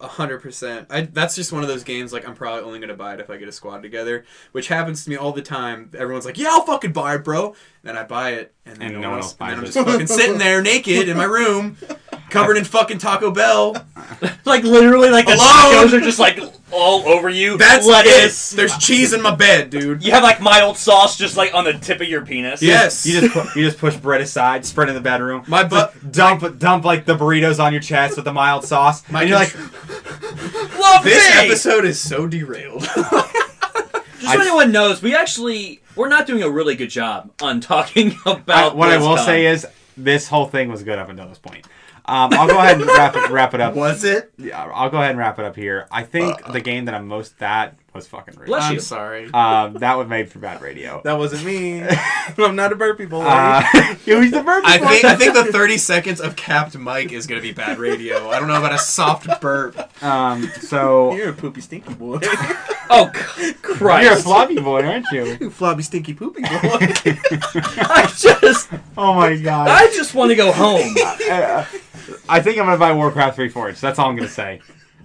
S2: a hundred percent. I that's just one of those games like I'm probably only gonna buy it if I get a squad together, which happens to me all the time. Everyone's like, "Yeah, I'll fucking buy it, bro." Then I buy it, and then
S1: And
S2: no one else.
S1: buys
S2: and then I'm
S1: it.
S2: just fucking sitting there naked in my room, covered in fucking Taco Bell.
S4: like literally, like the
S2: Alone.
S4: tacos are just like all over you.
S2: That's
S4: lettuce.
S2: it. There's cheese in my bed, dude.
S4: You have like mild sauce just like on the tip of your penis.
S1: You
S2: Yeah.
S1: just- You just pu- you just push bread aside, spread in the bedroom.
S2: My butt.
S1: Dump dump like the burritos on your chest with the mild sauce,
S2: My
S1: and you're like,
S2: contr-
S4: Love
S2: This
S4: me.
S2: episode is so derailed.
S4: Just so
S1: I-
S4: anyone knows, we actually we're not doing a really good job on talking
S1: I-
S4: about
S1: what I will
S4: BlizzCon.
S1: say is this whole thing was good up until this point. Um, I'll go ahead and wrap it wrap it up.
S2: Was it?
S1: Yeah, I'll go ahead and wrap it up here. I think the game that I'm most that was fucking rude.
S4: Bless
S2: I'm
S4: you.
S2: sorry.
S1: Um, that would make for bad radio.
S3: That wasn't me. I'm not a burpee boy.
S1: Uh, it was the burp.
S2: I think I think the 30 seconds of capped mic is gonna be bad radio. I don't know about a soft burp.
S1: Um, so
S3: You're a poopy stinky boy.
S4: Oh c- Christ!
S1: you're a floppy boy, aren't you?
S3: you floppy stinky poopy boy.
S4: I just
S1: Oh my god!
S4: I just want to go home.
S1: Uh, I think I'm gonna buy Warcraft 3 Forged. That's all I'm gonna say.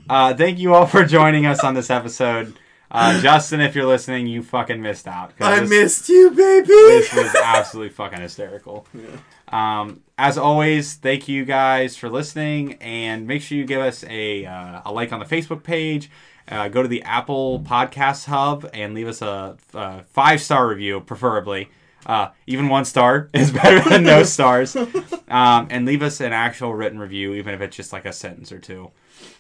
S1: Uh, thank you all for joining us on this episode. Uh, Justin, if you're listening, you fucking missed out. 'cause
S3: I
S1: this-
S3: missed you,
S1: this
S3: baby.
S1: was absolutely fucking hysterical. Um, as always, thank you guys for listening, and make sure you give us a uh, a like on the Facebook page. Uh, go to the Apple Podcast Hub and leave us a, a five star review, preferably. Uh, even one star is better than no stars. Um, and leave us an actual written review, even if it's just like a sentence or two.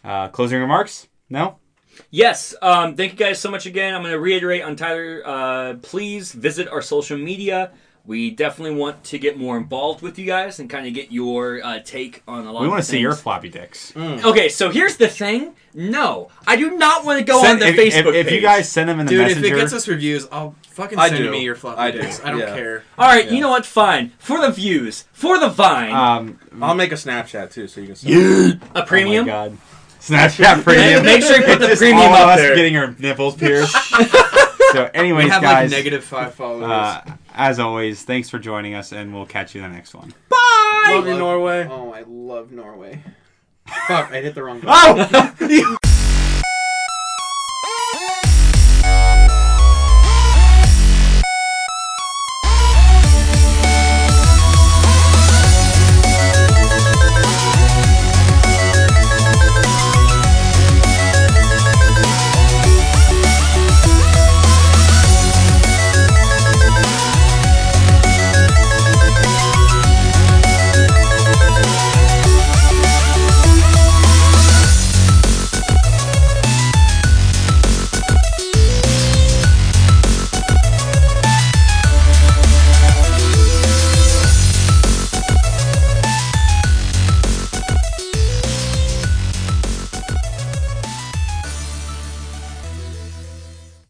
S1: Uh, closing remarks? No?
S4: Yes, um, thank you guys so much again. I'm going to reiterate on Tyler. Uh, please visit our social media. We definitely want to get more involved with you guys and kind of get your uh, take on a lot.
S1: We
S4: want to
S1: see your floppy dicks.
S4: Okay, so here's the thing. No, I do not want to go
S1: Send-
S4: on
S1: if,
S4: the Facebook
S1: if, if
S4: page.
S1: you guys send them in the
S2: Dude,
S1: messenger,
S2: if it gets us reviews, I'll fucking
S3: I
S2: send
S3: do.
S2: me your floppy
S3: I do.
S2: dicks. I don't
S3: Yeah.
S2: care.
S4: All right,
S3: Yeah.
S4: you know what? Fine for the views, for the vine,
S1: um,
S3: I'll make a Snapchat too, so you can. See
S4: a premium.
S1: Oh my god. Snapchat premium.
S4: Make sure you put
S1: It's
S4: the
S1: just
S4: premium
S1: all of
S4: up
S1: us
S4: there.
S1: getting our nipples pierced. so, anyways,
S2: We have
S1: guys,
S2: like negative five followers.
S1: uh, as always, thanks for joining us, and we'll catch you in the next one.
S3: Love you, Norway.
S2: oh, I love Norway. Fuck, I hit the wrong button.
S1: Oh!